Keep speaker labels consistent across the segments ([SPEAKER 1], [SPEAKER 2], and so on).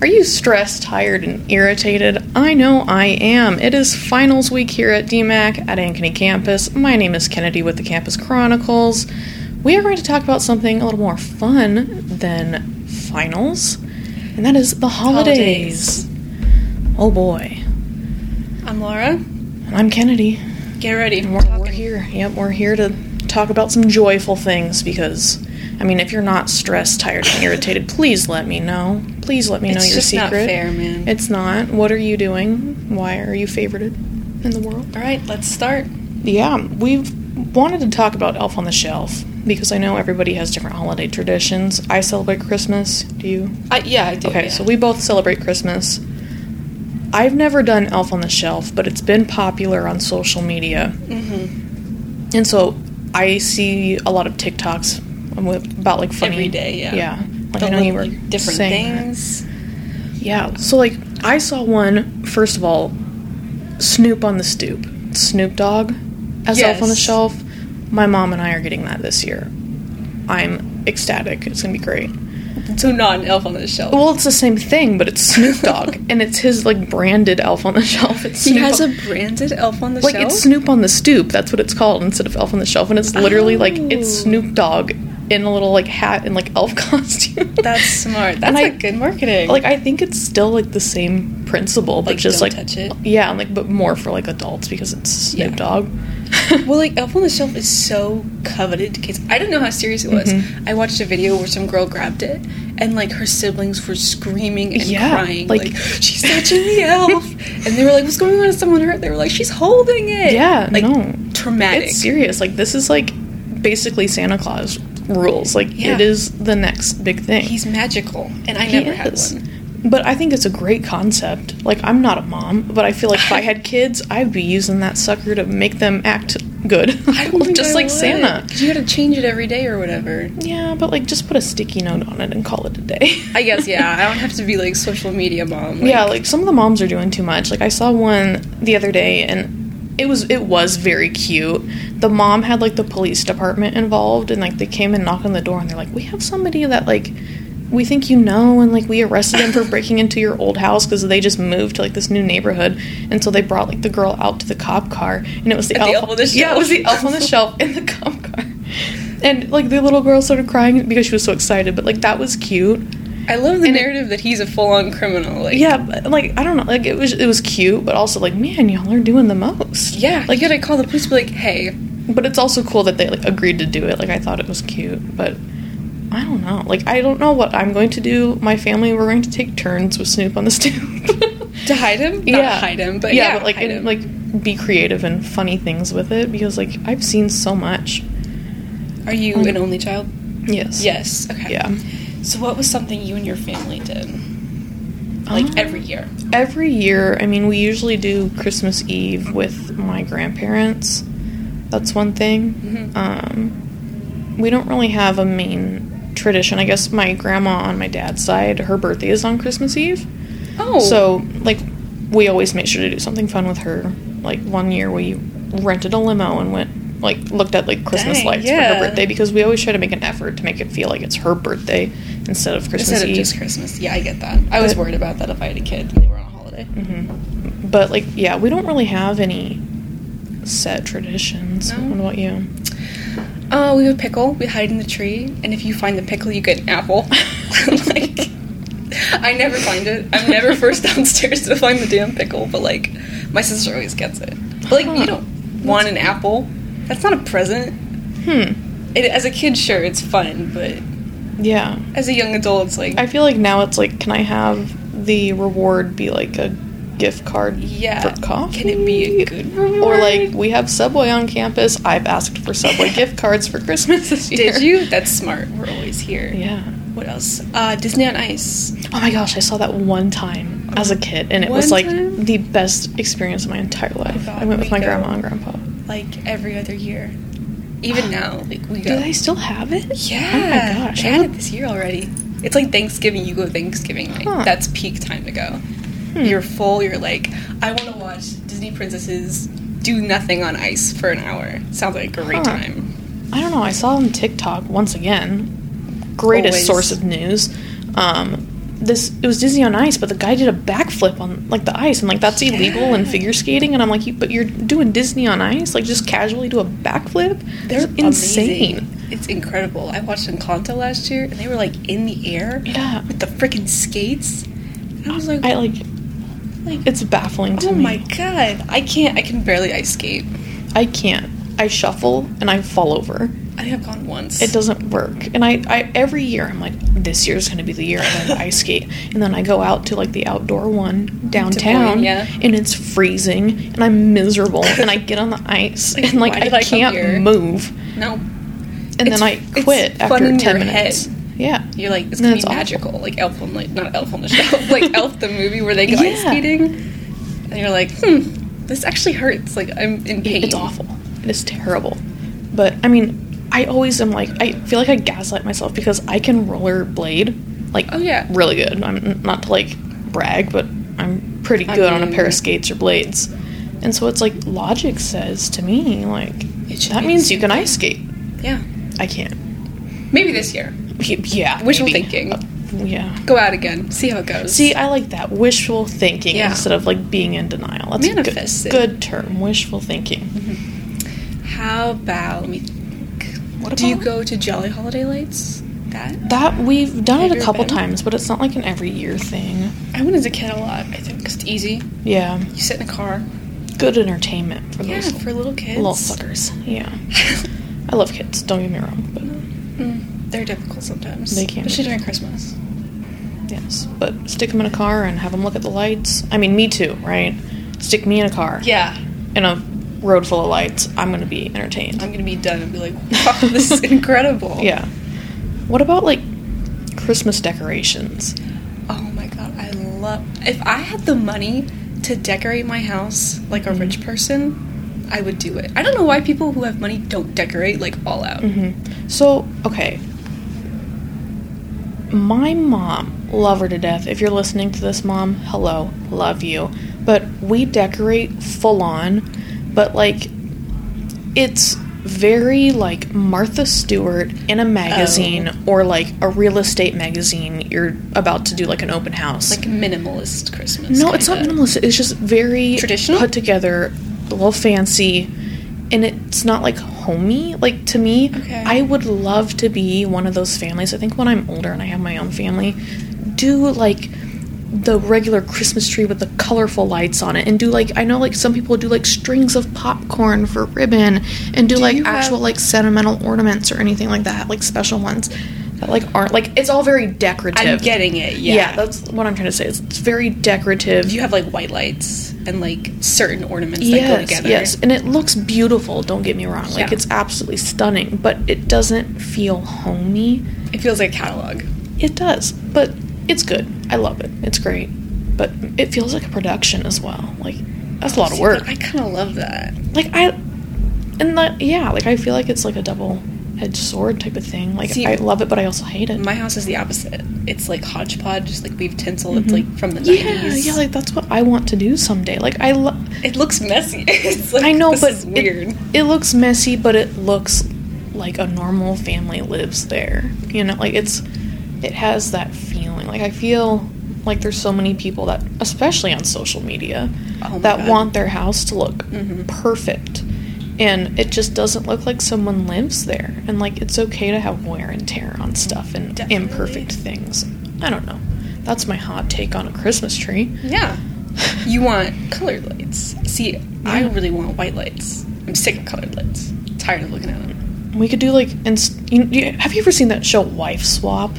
[SPEAKER 1] Are you stressed, tired, and irritated? I know I am. It is finals week here at DMAC at Ankeny Campus. My name is Kennedy with the Campus Chronicles. We are going to talk about something a little more fun than finals, and that is the holidays. Oh boy.
[SPEAKER 2] I'm Laura.
[SPEAKER 1] And I'm Kennedy.
[SPEAKER 2] Get ready.
[SPEAKER 1] And we're, we're here. Yep, we're here to talk about some joyful things because, I mean, if you're not stressed, tired, and irritated, please let me know. Please let me know
[SPEAKER 2] It's
[SPEAKER 1] your
[SPEAKER 2] just
[SPEAKER 1] secret.
[SPEAKER 2] not fair, man.
[SPEAKER 1] It's not. What are you doing? Why are you favorited in the world?
[SPEAKER 2] All right, let's start.
[SPEAKER 1] Yeah, we've wanted to talk about Elf on the Shelf because I know everybody has different holiday traditions. I celebrate Christmas. Do you?
[SPEAKER 2] I, yeah, I do.
[SPEAKER 1] Okay,
[SPEAKER 2] yeah.
[SPEAKER 1] so we both celebrate Christmas. I've never done Elf on the Shelf, but it's been popular on social media. Mm-hmm. And so I see a lot of TikToks with- about like funny
[SPEAKER 2] Every day, yeah.
[SPEAKER 1] Yeah. Like
[SPEAKER 2] The
[SPEAKER 1] I know you were
[SPEAKER 2] little different
[SPEAKER 1] saying that.
[SPEAKER 2] things.
[SPEAKER 1] Yeah. So like I saw one first of all, Snoop on the stoop, Snoop Dogg, as Elf on the
[SPEAKER 2] Yes.
[SPEAKER 1] Shelf. My mom and I are getting that this year. I'm ecstatic. It's gonna be great.
[SPEAKER 2] So not an elf on the shelf.
[SPEAKER 1] Well, it's the same thing, but it's Snoop Dogg, and it's his like branded Elf on the Shelf. It's
[SPEAKER 2] he
[SPEAKER 1] Snoop
[SPEAKER 2] has a
[SPEAKER 1] on-
[SPEAKER 2] branded elf on the
[SPEAKER 1] like
[SPEAKER 2] shelf.
[SPEAKER 1] it's Snoop on the stoop. That's what it's called instead of Elf on the Shelf, and it's literally like it's
[SPEAKER 2] Oh.
[SPEAKER 1] Snoop Dogg in a little like hat and like elf costume.
[SPEAKER 2] That's smart. That's
[SPEAKER 1] And I-
[SPEAKER 2] like good marketing.
[SPEAKER 1] like I think it's still like the same principle, but
[SPEAKER 2] Like,
[SPEAKER 1] just
[SPEAKER 2] don't
[SPEAKER 1] like
[SPEAKER 2] touch it?
[SPEAKER 1] yeah, and, like but more for like adults because it's Snoop
[SPEAKER 2] Yeah.
[SPEAKER 1] Dogg.
[SPEAKER 2] well, like elf on the shelf is so coveted. Kids, I didn't know how serious it was.
[SPEAKER 1] Mm-hmm.
[SPEAKER 2] I watched a video where some girl grabbed it, and like her siblings were screaming and
[SPEAKER 1] Yeah,
[SPEAKER 2] crying,
[SPEAKER 1] like-
[SPEAKER 2] like, she's touching the elf, and they were like, "What's going on? Is someone hurt?" They were like, "She's holding it."
[SPEAKER 1] Yeah,
[SPEAKER 2] like
[SPEAKER 1] no.
[SPEAKER 2] traumatic.
[SPEAKER 1] It's serious. Like this is like basically Santa Claus rules. Like
[SPEAKER 2] Yeah.
[SPEAKER 1] it is the next big thing.
[SPEAKER 2] He's magical, and I
[SPEAKER 1] He
[SPEAKER 2] never had
[SPEAKER 1] is.
[SPEAKER 2] one.
[SPEAKER 1] But I think it's a great concept. Like I'm not a mom, but I feel like if I had kids, I'd be using that sucker to make them act good.
[SPEAKER 2] I don't think
[SPEAKER 1] just
[SPEAKER 2] I
[SPEAKER 1] like
[SPEAKER 2] would,
[SPEAKER 1] Santa.
[SPEAKER 2] 'cause You had to change it every day or whatever.
[SPEAKER 1] Yeah, but like just put a sticky note on it and call it a day.
[SPEAKER 2] I guess yeah. I don't have to be like social media mom. Like,
[SPEAKER 1] yeah, like some of the moms are doing too much. Like I saw one the other day and it was it was very cute. The mom had like the police department involved and like they came and knocked on the door and they're like, "We have somebody that like we think you know and like we arrested him for breaking into your old house cuz they just moved to like this new neighborhood." And so they brought like the girl out to the cop car and it was the,
[SPEAKER 2] At the
[SPEAKER 1] elf,
[SPEAKER 2] elf on the
[SPEAKER 1] Yeah, it was the
[SPEAKER 2] shelf.
[SPEAKER 1] elf on the shelf in the cop car. And like the little girl started crying because she was so excited, but like that was cute.
[SPEAKER 2] I love the
[SPEAKER 1] and it-
[SPEAKER 2] narrative that he's a full-on criminal. Like
[SPEAKER 1] Yeah, but, like I don't know, like it was it was cute, but also like man, y'all are doing the most.
[SPEAKER 2] yeah. Like
[SPEAKER 1] like
[SPEAKER 2] you gotta call the police. and Be like, hey,
[SPEAKER 1] but it's also cool that they like agreed to do it. Like I thought it was cute, but I don't know. Like I don't know what I'm going to do. My family we're going to take turns with Snoop on the stoop.
[SPEAKER 2] to hide him. Not
[SPEAKER 1] yeah,
[SPEAKER 2] hide him, but
[SPEAKER 1] yeah,
[SPEAKER 2] yeah,
[SPEAKER 1] but like
[SPEAKER 2] hide
[SPEAKER 1] and,
[SPEAKER 2] him.
[SPEAKER 1] like be creative and funny things with it because like I've seen so much.
[SPEAKER 2] are you
[SPEAKER 1] um,
[SPEAKER 2] an only child?
[SPEAKER 1] Yes.
[SPEAKER 2] Yes. Okay.
[SPEAKER 1] Yeah.
[SPEAKER 2] So what was something you and your family did, like
[SPEAKER 1] Um,
[SPEAKER 2] every year?
[SPEAKER 1] Every year, I mean, we usually do Christmas Eve with my grandparents. That's one thing.
[SPEAKER 2] Mhm.
[SPEAKER 1] Um, we don't really have a main tradition. I guess my grandma on my dad's side, her birthday is on Christmas Eve.
[SPEAKER 2] Oh,
[SPEAKER 1] So, like, we always make sure to do something fun with her. Like, one year we rented a limo and went, like, looked at, like, Christmas
[SPEAKER 2] Dang,
[SPEAKER 1] lights for
[SPEAKER 2] yeah.
[SPEAKER 1] her birthday because we always try to make an effort to make it feel like it's her birthday instead of Christmas
[SPEAKER 2] instead of
[SPEAKER 1] Eve.
[SPEAKER 2] just Christmas. Yeah, I get that. I was
[SPEAKER 1] But-
[SPEAKER 2] worried about that if I had a kid and they were on a holiday.
[SPEAKER 1] Mhm. But like, yeah, we don't really have any set traditions.
[SPEAKER 2] No?
[SPEAKER 1] What about you?
[SPEAKER 2] Uh, we have a pickle. We hide in the tree, and if you find the pickle, you get an apple. like, I never find it. I'm never first downstairs to find the damn pickle, but like, my sister always gets it. But like,
[SPEAKER 1] Huh.
[SPEAKER 2] you don't want an apple. That's not a present.
[SPEAKER 1] Hmm.
[SPEAKER 2] It, as a kid, sure, it's fun, but
[SPEAKER 1] Yeah,
[SPEAKER 2] as a young adult, it's like,
[SPEAKER 1] I feel like now it's like, can I have the reward be like a gift card
[SPEAKER 2] yeah,
[SPEAKER 1] for coffee?
[SPEAKER 2] can it be a good reward?
[SPEAKER 1] Or like, we have Subway on campus. I've asked for Subway gift cards for Christmas this year.
[SPEAKER 2] did you? That's smart. We're always here.
[SPEAKER 1] Yeah.
[SPEAKER 2] What else? Uh, Disney on Ice.
[SPEAKER 1] Oh my gosh, I saw that one time as a kid, and it was
[SPEAKER 2] One
[SPEAKER 1] like
[SPEAKER 2] time? Oh
[SPEAKER 1] the best experience of my entire life.
[SPEAKER 2] God,
[SPEAKER 1] I went with
[SPEAKER 2] we
[SPEAKER 1] my
[SPEAKER 2] go.
[SPEAKER 1] grandma and grandpa.
[SPEAKER 2] like every other year. Even now, like we
[SPEAKER 1] Do
[SPEAKER 2] go.
[SPEAKER 1] they still have it?
[SPEAKER 2] yeah,
[SPEAKER 1] Oh my gosh.
[SPEAKER 2] they
[SPEAKER 1] I
[SPEAKER 2] had
[SPEAKER 1] would-
[SPEAKER 2] it this year already. It's like Thanksgiving. You go Thanksgiving night.
[SPEAKER 1] Huh.
[SPEAKER 2] That's peak time to go.
[SPEAKER 1] Hmm.
[SPEAKER 2] You're full. You're like, I want to watch Disney princesses do nothing on ice for an hour. Sounds like a great
[SPEAKER 1] Huh.
[SPEAKER 2] time.
[SPEAKER 1] I don't know. I saw on TikTok once again. Greatest
[SPEAKER 2] Always.
[SPEAKER 1] source of news. Um, this it was Disney on Ice, but the guy did a backflip on like the ice, and like that's illegal in
[SPEAKER 2] Yeah.
[SPEAKER 1] figure skating. And I'm like, you, but you're doing Disney on Ice, like just casually do a backflip.
[SPEAKER 2] They're
[SPEAKER 1] It's insane.
[SPEAKER 2] amazing. It's incredible. I watched Encanto last year, and they were like in the air
[SPEAKER 1] Yeah,
[SPEAKER 2] with the freaking skates. And I was like,
[SPEAKER 1] I like.
[SPEAKER 2] Like-
[SPEAKER 1] It's baffling to
[SPEAKER 2] oh
[SPEAKER 1] me.
[SPEAKER 2] my god, I can't. I can barely ice skate.
[SPEAKER 1] I can't. I shuffle and I fall over.
[SPEAKER 2] I think I've gone once.
[SPEAKER 1] It doesn't work. And I, I every year I'm like, this year's gonna be the year I learn to ice skate. And then I go out to like the outdoor one downtown,
[SPEAKER 2] yeah.
[SPEAKER 1] and it's freezing, and I'm miserable. and I get on the ice,
[SPEAKER 2] Like,
[SPEAKER 1] and like
[SPEAKER 2] why
[SPEAKER 1] I
[SPEAKER 2] did I come here?
[SPEAKER 1] can't move.
[SPEAKER 2] No,
[SPEAKER 1] And
[SPEAKER 2] It's-
[SPEAKER 1] then I
[SPEAKER 2] it's
[SPEAKER 1] quit
[SPEAKER 2] fun
[SPEAKER 1] after
[SPEAKER 2] in
[SPEAKER 1] ten
[SPEAKER 2] your
[SPEAKER 1] minutes.
[SPEAKER 2] head.
[SPEAKER 1] Yeah,
[SPEAKER 2] you're like it's
[SPEAKER 1] No,
[SPEAKER 2] gonna
[SPEAKER 1] it's
[SPEAKER 2] be
[SPEAKER 1] awful.
[SPEAKER 2] magical, like Elf on like not Elf on the Shelf, like Elf the movie where they go ice
[SPEAKER 1] Yeah.
[SPEAKER 2] skating, and you're like, hmm, this actually hurts. Like I'm in pain.
[SPEAKER 1] it's awful. It is terrible. But I mean, I always am like, I feel like I gaslight myself because I can rollerblade, like,
[SPEAKER 2] Oh, yeah.
[SPEAKER 1] really good. I'm not to like brag, but I'm pretty
[SPEAKER 2] I
[SPEAKER 1] good on a
[SPEAKER 2] mean-
[SPEAKER 1] pair of skates or blades. And so it's like logic says to me, like,
[SPEAKER 2] It should
[SPEAKER 1] that
[SPEAKER 2] be
[SPEAKER 1] means
[SPEAKER 2] the
[SPEAKER 1] you can ice skate.
[SPEAKER 2] Yeah,
[SPEAKER 1] I can't.
[SPEAKER 2] maybe this year.
[SPEAKER 1] Y- Yeah.
[SPEAKER 2] Wishful
[SPEAKER 1] maybe.
[SPEAKER 2] thinking.
[SPEAKER 1] Uh, yeah.
[SPEAKER 2] Go out again. See how it goes.
[SPEAKER 1] See, I like that wishful thinking
[SPEAKER 2] Yeah.
[SPEAKER 1] instead of like being in denial. That's
[SPEAKER 2] Manifest
[SPEAKER 1] a
[SPEAKER 2] it.
[SPEAKER 1] good, good term. Wishful thinking.
[SPEAKER 2] how about let me think.
[SPEAKER 1] What
[SPEAKER 2] do you
[SPEAKER 1] about-
[SPEAKER 2] go to Jolly Holiday Lights? That
[SPEAKER 1] That we've done
[SPEAKER 2] Have
[SPEAKER 1] it
[SPEAKER 2] you
[SPEAKER 1] a couple
[SPEAKER 2] been?
[SPEAKER 1] times, but it's not like an every year thing.
[SPEAKER 2] I went as a kid a lot. I think 'cause it's easy.
[SPEAKER 1] Yeah,
[SPEAKER 2] You sit in the car.
[SPEAKER 1] good entertainment for
[SPEAKER 2] Yeah,
[SPEAKER 1] those
[SPEAKER 2] for little kids.
[SPEAKER 1] little suckers. Yeah, I love kids. Don't get me wrong, but
[SPEAKER 2] Mm, they're difficult sometimes.
[SPEAKER 1] They can be.
[SPEAKER 2] especially during Christmas.
[SPEAKER 1] yes, but stick them in a car and have them look at the lights. I mean, me too, right? Stick me in a car,
[SPEAKER 2] Yeah,
[SPEAKER 1] in a road full of lights. I'm gonna be entertained.
[SPEAKER 2] I'm gonna be done and be like, wow, this is incredible.
[SPEAKER 1] yeah. What about like Christmas decorations?
[SPEAKER 2] Oh my god, I love. If I had the money to decorate my house like a rich person, I would do it. I don't know why people who have money don't decorate like all out.
[SPEAKER 1] Mm-hmm. So, okay. My mom, love her to death. If you're listening to this, mom, hello, love you. But we decorate full on, but like, it's very like Martha Stewart in a magazine or like a real estate magazine. You're about to do like an open house.
[SPEAKER 2] Like minimalist Christmas.
[SPEAKER 1] No, it's not
[SPEAKER 2] kinda.
[SPEAKER 1] minimalist. It's just very
[SPEAKER 2] Traditional?
[SPEAKER 1] put together, a little fancy, and it's not like homey. Like to me,
[SPEAKER 2] Okay.
[SPEAKER 1] I would love to be one of those families. I think when I'm older and I have my own family, do like the regular Christmas tree with the colorful lights on it, and do like I know like some people do like strings of popcorn for ribbon, and do,
[SPEAKER 2] Do
[SPEAKER 1] like
[SPEAKER 2] you have-
[SPEAKER 1] actual like sentimental ornaments or anything like that, like special ones that like aren't like it's all very decorative.
[SPEAKER 2] I'm getting it. Yeah.
[SPEAKER 1] Yeah. that's what I'm trying to say. It's, it's very decorative.
[SPEAKER 2] you have like white lights and like certain ornaments that go
[SPEAKER 1] yes,
[SPEAKER 2] together.
[SPEAKER 1] yes, and it looks beautiful. Don't get me wrong; like
[SPEAKER 2] Yeah.
[SPEAKER 1] it's absolutely stunning, but it doesn't feel homey.
[SPEAKER 2] It feels like a catalog.
[SPEAKER 1] It does, but it's good. I love it. It's great, but it feels like a production as well. Like that's a lot of
[SPEAKER 2] See,
[SPEAKER 1] work.
[SPEAKER 2] but I kind of love that.
[SPEAKER 1] Like I, and that yeah, like I feel like it's like a double-edged sword type of thing. Like
[SPEAKER 2] See,
[SPEAKER 1] I love it, but I also hate it.
[SPEAKER 2] My house is the opposite. It's like hodgepodge, just like weave tinsel. It's
[SPEAKER 1] Mhm.
[SPEAKER 2] like from the
[SPEAKER 1] yeah,
[SPEAKER 2] 90s.
[SPEAKER 1] yeah, like that's what I want to do someday. Like I love.
[SPEAKER 2] it looks messy. it's like
[SPEAKER 1] I know,
[SPEAKER 2] this
[SPEAKER 1] but
[SPEAKER 2] is
[SPEAKER 1] it-
[SPEAKER 2] weird.
[SPEAKER 1] It, looks messy, but it looks like a normal family lives there. You know, like it's it has that feeling. Like I feel like there's so many people that, especially on social media,
[SPEAKER 2] Oh my
[SPEAKER 1] that
[SPEAKER 2] God.
[SPEAKER 1] want their house to look
[SPEAKER 2] Mhm.
[SPEAKER 1] perfect. And it just doesn't look like someone lives there. And like it's okay to have wear and tear on stuff and
[SPEAKER 2] Definitely.
[SPEAKER 1] imperfect things. I don't know. That's my hot take on a Christmas tree.
[SPEAKER 2] Yeah. You want colored lights. See, I
[SPEAKER 1] Yeah.
[SPEAKER 2] really want white lights. I'm sick of colored lights. tired of looking at them.
[SPEAKER 1] We could do like, ins- you, you, have you ever seen that show Wife Swap?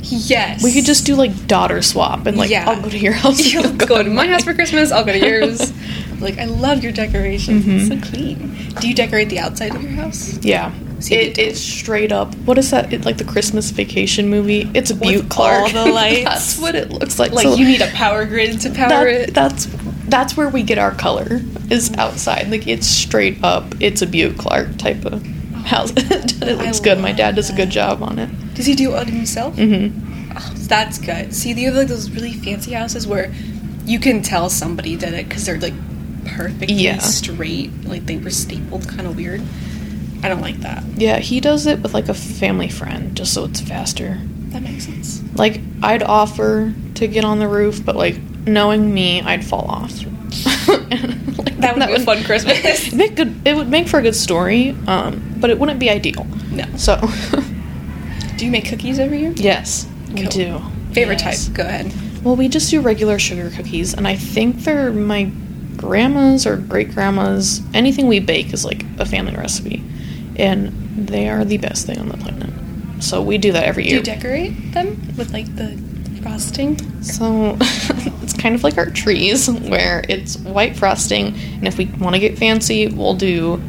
[SPEAKER 2] Yes.
[SPEAKER 1] We could just do like daughter swap and like
[SPEAKER 2] Yeah.
[SPEAKER 1] I'll go to your house. and
[SPEAKER 2] You'll
[SPEAKER 1] you'll
[SPEAKER 2] go to
[SPEAKER 1] mine.
[SPEAKER 2] my house for Christmas, I'll go to yours. like, I love your decorations. It's
[SPEAKER 1] Mhm.
[SPEAKER 2] so clean. Do you decorate the outside of your house?
[SPEAKER 1] Yeah.
[SPEAKER 2] See,
[SPEAKER 1] It,
[SPEAKER 2] they don't.
[SPEAKER 1] it's straight up. What is that? It, like the Christmas vacation movie. It's a Butte
[SPEAKER 2] all
[SPEAKER 1] Clark.
[SPEAKER 2] the lights.
[SPEAKER 1] that's what it looks like.
[SPEAKER 2] Like,
[SPEAKER 1] So
[SPEAKER 2] you need a power grid to power
[SPEAKER 1] that-
[SPEAKER 2] it.
[SPEAKER 1] That's that's where we get our color is outside. Like it's straight up. It's a Butte Clark type of house. it
[SPEAKER 2] I
[SPEAKER 1] looks good. My
[SPEAKER 2] love
[SPEAKER 1] dad does a good
[SPEAKER 2] that.
[SPEAKER 1] job on it.
[SPEAKER 2] Does he do it himself?
[SPEAKER 1] hmm
[SPEAKER 2] Oh, that's good. See, they have like those really fancy houses where you can tell somebody did it because they're like perfectly
[SPEAKER 1] Yeah.
[SPEAKER 2] straight, like they were stapled, kind of weird. I don't like that.
[SPEAKER 1] Yeah, he does it with like a family friend just so it's faster.
[SPEAKER 2] That makes sense.
[SPEAKER 1] Like I'd offer to get on the roof, but like knowing me, I'd fall off. Like,
[SPEAKER 2] That would be a fun Christmas.
[SPEAKER 1] make good. It would make for a good story, um, but it wouldn't be ideal.
[SPEAKER 2] No.
[SPEAKER 1] So,
[SPEAKER 2] Do you make cookies every year?
[SPEAKER 1] yes, we
[SPEAKER 2] Cool.
[SPEAKER 1] do.
[SPEAKER 2] Favorite
[SPEAKER 1] Yes.
[SPEAKER 2] type? Go ahead.
[SPEAKER 1] Well, we just do regular sugar cookies, and I think they're my grandma's or great grandma's. Anything we bake is like a family recipe, and they are the best thing on the planet. So we do that every
[SPEAKER 2] Do
[SPEAKER 1] year.
[SPEAKER 2] you decorate them with like the frosting?
[SPEAKER 1] So it's kind of like our trees where it's white frosting, and if we want to get fancy, we'll do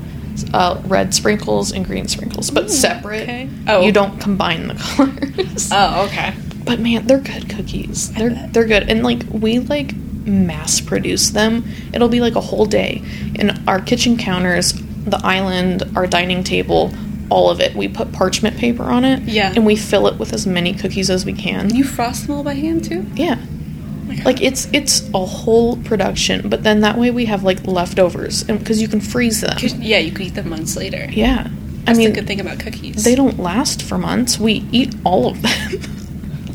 [SPEAKER 1] uh, red sprinkles and green sprinkles, but
[SPEAKER 2] Ooh,
[SPEAKER 1] separate.
[SPEAKER 2] Mm, okay.
[SPEAKER 1] Oh,
[SPEAKER 2] Oh.
[SPEAKER 1] you don't combine the colors.
[SPEAKER 2] Oh, okay.
[SPEAKER 1] But man, they're good cookies.
[SPEAKER 2] I
[SPEAKER 1] They're
[SPEAKER 2] bet.
[SPEAKER 1] they're good, and like we like mass produce them. It'll be like a whole day, and our kitchen counters, the island, our dining table, all of it. We put parchment paper on it,
[SPEAKER 2] Yeah.
[SPEAKER 1] and we fill it with as many cookies as we can.
[SPEAKER 2] You frost them all by hand too?
[SPEAKER 1] yeah,
[SPEAKER 2] Oh my God.
[SPEAKER 1] like it's it's a whole production. But then that way we have like leftovers, and because you can freeze them.
[SPEAKER 2] 'Cause- yeah, you could eat them months later.
[SPEAKER 1] Yeah,
[SPEAKER 2] That's
[SPEAKER 1] I mean
[SPEAKER 2] the good thing about cookies.
[SPEAKER 1] they don't last for months. We eat all of them.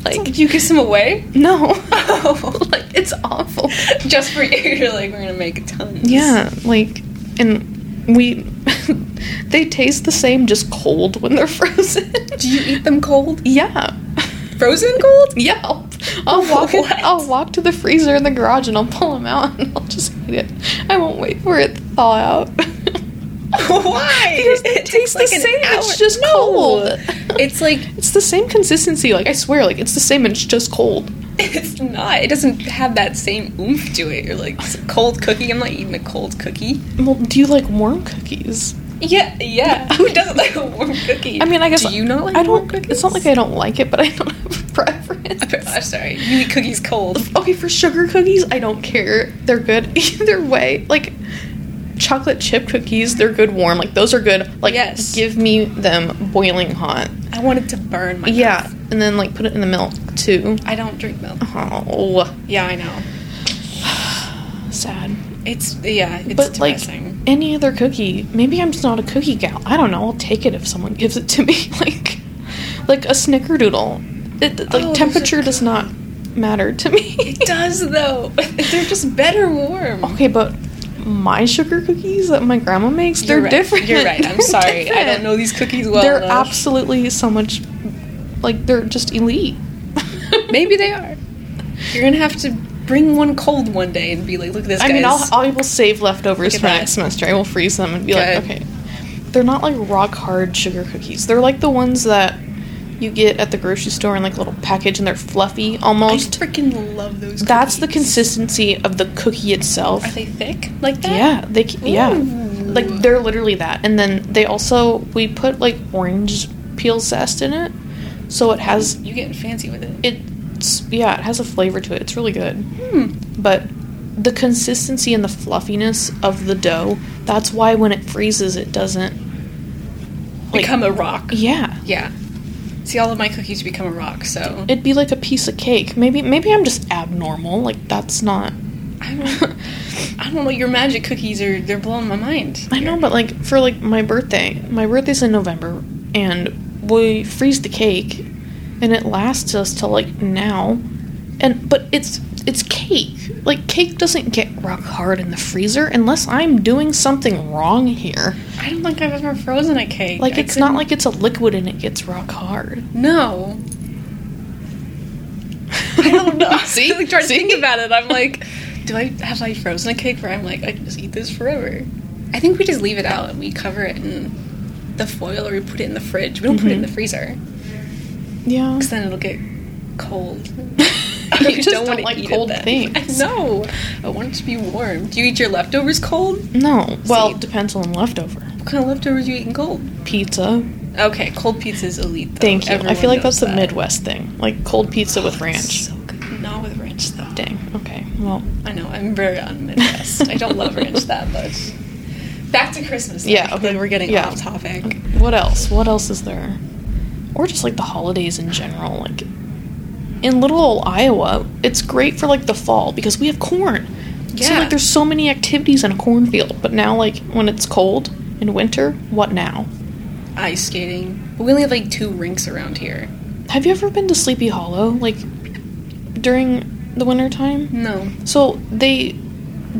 [SPEAKER 1] like
[SPEAKER 2] you give them away?
[SPEAKER 1] no.
[SPEAKER 2] Oh,
[SPEAKER 1] like it's awful.
[SPEAKER 2] just for you. You're like, we're gonna make tons.
[SPEAKER 1] Yeah, like and we they taste the same just cold when they're frozen.
[SPEAKER 2] Do you eat them cold?
[SPEAKER 1] Yeah.
[SPEAKER 2] Frozen cold?
[SPEAKER 1] Yeah, I'll, I'll walk. in-
[SPEAKER 2] What?
[SPEAKER 1] I'll walk to the freezer in the garage and I'll pull them out and I'll just eat it. I won't wait for it to thaw out.
[SPEAKER 2] Why?
[SPEAKER 1] Because it, tastes the
[SPEAKER 2] like an
[SPEAKER 1] same.
[SPEAKER 2] hour.
[SPEAKER 1] It's just
[SPEAKER 2] No.
[SPEAKER 1] cold.
[SPEAKER 2] It's like
[SPEAKER 1] it's the same consistency. Like I swear, like it's the same and it's just cold.
[SPEAKER 2] it's not. It doesn't have that same oomph to it. You're like it's a cold cookie. I'm not eating a cold cookie.
[SPEAKER 1] Well, do you like warm cookies?
[SPEAKER 2] Yeah, yeah. Who doesn't like a warm cookie?
[SPEAKER 1] I mean, I guess
[SPEAKER 2] Do you not like
[SPEAKER 1] I don't.
[SPEAKER 2] warm cookies?
[SPEAKER 1] It's not like I don't like it, but I don't have a preference.
[SPEAKER 2] I'm sorry. You eat cookies cold.
[SPEAKER 1] Okay, for sugar cookies, I don't care. They're good either way. Like chocolate chip cookies, they're good warm. Like those are good. Like
[SPEAKER 2] Yes.
[SPEAKER 1] give me them boiling hot.
[SPEAKER 2] I wanted to burn my.
[SPEAKER 1] Yeah,
[SPEAKER 2] mouth.
[SPEAKER 1] and then like put it in the milk too.
[SPEAKER 2] I don't drink milk.
[SPEAKER 1] Oh,
[SPEAKER 2] Yeah, I know.
[SPEAKER 1] sad.
[SPEAKER 2] It's yeah. It's
[SPEAKER 1] but
[SPEAKER 2] depressing.
[SPEAKER 1] like any other cookie, maybe I'm just not a cookie gal. I don't know. I'll take it if someone gives it to me. like like a snickerdoodle. It, like
[SPEAKER 2] Oh, those are
[SPEAKER 1] temperature
[SPEAKER 2] good.
[SPEAKER 1] does not matter to me.
[SPEAKER 2] It does though. They're just better warm.
[SPEAKER 1] Okay, but my sugar cookies that my grandma makes, they're
[SPEAKER 2] You're right.
[SPEAKER 1] different.
[SPEAKER 2] You're right. I'm
[SPEAKER 1] They're
[SPEAKER 2] sorry. I
[SPEAKER 1] different.
[SPEAKER 2] don't know these cookies well
[SPEAKER 1] They're
[SPEAKER 2] enough.
[SPEAKER 1] absolutely so much like they're just elite.
[SPEAKER 2] Maybe they are. You're gonna have to bring one cold one day and be like, look at this.
[SPEAKER 1] I mean, I'll,
[SPEAKER 2] guy's-
[SPEAKER 1] I'll be able to save leftovers
[SPEAKER 2] Look
[SPEAKER 1] for
[SPEAKER 2] at that.
[SPEAKER 1] next semester. I will freeze them and be like,
[SPEAKER 2] Good.
[SPEAKER 1] okay. They're not like rock hard sugar cookies. They're like the ones that you get at the grocery store in like a little package and they're fluffy
[SPEAKER 2] I
[SPEAKER 1] almost.
[SPEAKER 2] freaking love those. Cookies.
[SPEAKER 1] That's the consistency of the cookie itself.
[SPEAKER 2] Are they thick like that?
[SPEAKER 1] Yeah, they c yeah,
[SPEAKER 2] Ooh.
[SPEAKER 1] like they're literally that. And then they also we put like orange peel zest in it, so it has
[SPEAKER 2] You getting fancy with it?
[SPEAKER 1] it's yeah it has a flavor to it. It's really good,
[SPEAKER 2] Hmm.
[SPEAKER 1] but the consistency and the fluffiness of the dough. That's why when it freezes, it doesn't like-
[SPEAKER 2] become a rock.
[SPEAKER 1] Yeah,
[SPEAKER 2] Yeah. See, all of my cookies become a rock. So
[SPEAKER 1] it'd be like a piece of cake. Maybe maybe I'm just abnormal. Like that's not.
[SPEAKER 2] I don't. I don't know. Your magic cookies are. They're blowing my mind.
[SPEAKER 1] I know, but like for like my birthday, my birthday's in November, and we freeze the cake, and it lasts us till like now, and but it's it's cake. Like cake doesn't get rock hard in the freezer unless I'm doing something wrong here.
[SPEAKER 2] I don't think I've ever frozen a cake.
[SPEAKER 1] Like
[SPEAKER 2] I
[SPEAKER 1] it's not
[SPEAKER 2] couldn't-
[SPEAKER 1] like it's a liquid and it gets rock hard.
[SPEAKER 2] No. I don't know.
[SPEAKER 1] See?
[SPEAKER 2] I like trying
[SPEAKER 1] See?
[SPEAKER 2] to think about it. I'm like, do I have I frozen a cake where I'm like, I can just eat this forever? I think we just leave it out and we cover it in the foil or we put it in the fridge. We don't put it in
[SPEAKER 1] Mhm.
[SPEAKER 2] the freezer
[SPEAKER 1] Yeah.
[SPEAKER 2] because then it'll get cold.
[SPEAKER 1] you just don't,
[SPEAKER 2] wanna
[SPEAKER 1] like
[SPEAKER 2] eat it
[SPEAKER 1] cold
[SPEAKER 2] then.
[SPEAKER 1] things.
[SPEAKER 2] I know. I want it to be warm. Do you eat your leftovers cold?
[SPEAKER 1] No. Well,
[SPEAKER 2] See?
[SPEAKER 1] it depends on leftover.
[SPEAKER 2] What kind of leftovers are you eating cold?
[SPEAKER 1] Pizza.
[SPEAKER 2] Okay, cold pizza is elite. Though.
[SPEAKER 1] Thank you. I
[SPEAKER 2] Everyone
[SPEAKER 1] feel like that's
[SPEAKER 2] knows
[SPEAKER 1] the
[SPEAKER 2] that. Oh,
[SPEAKER 1] Midwest thing. Like cold pizza with ranch.
[SPEAKER 2] So good. Not with ranch though.
[SPEAKER 1] Dang. Okay. Well,
[SPEAKER 2] I know, I'm very on Midwest. I don't love ranch that much. Back to Christmas. though.
[SPEAKER 1] Yeah, okay,
[SPEAKER 2] Like, we're getting
[SPEAKER 1] yeah.
[SPEAKER 2] off topic.
[SPEAKER 1] Okay, What else? What else is there? Or just like the holidays in general. Like in little old Iowa, it's great for like the fall because we have corn. So
[SPEAKER 2] Yeah.
[SPEAKER 1] like there's so many activities in a cornfield. But now like when it's cold in winter, what now?
[SPEAKER 2] Ice skating. But we only have like two rinks around here.
[SPEAKER 1] Have you ever been to Sleepy Hollow? Like during the winter time?
[SPEAKER 2] No.
[SPEAKER 1] So they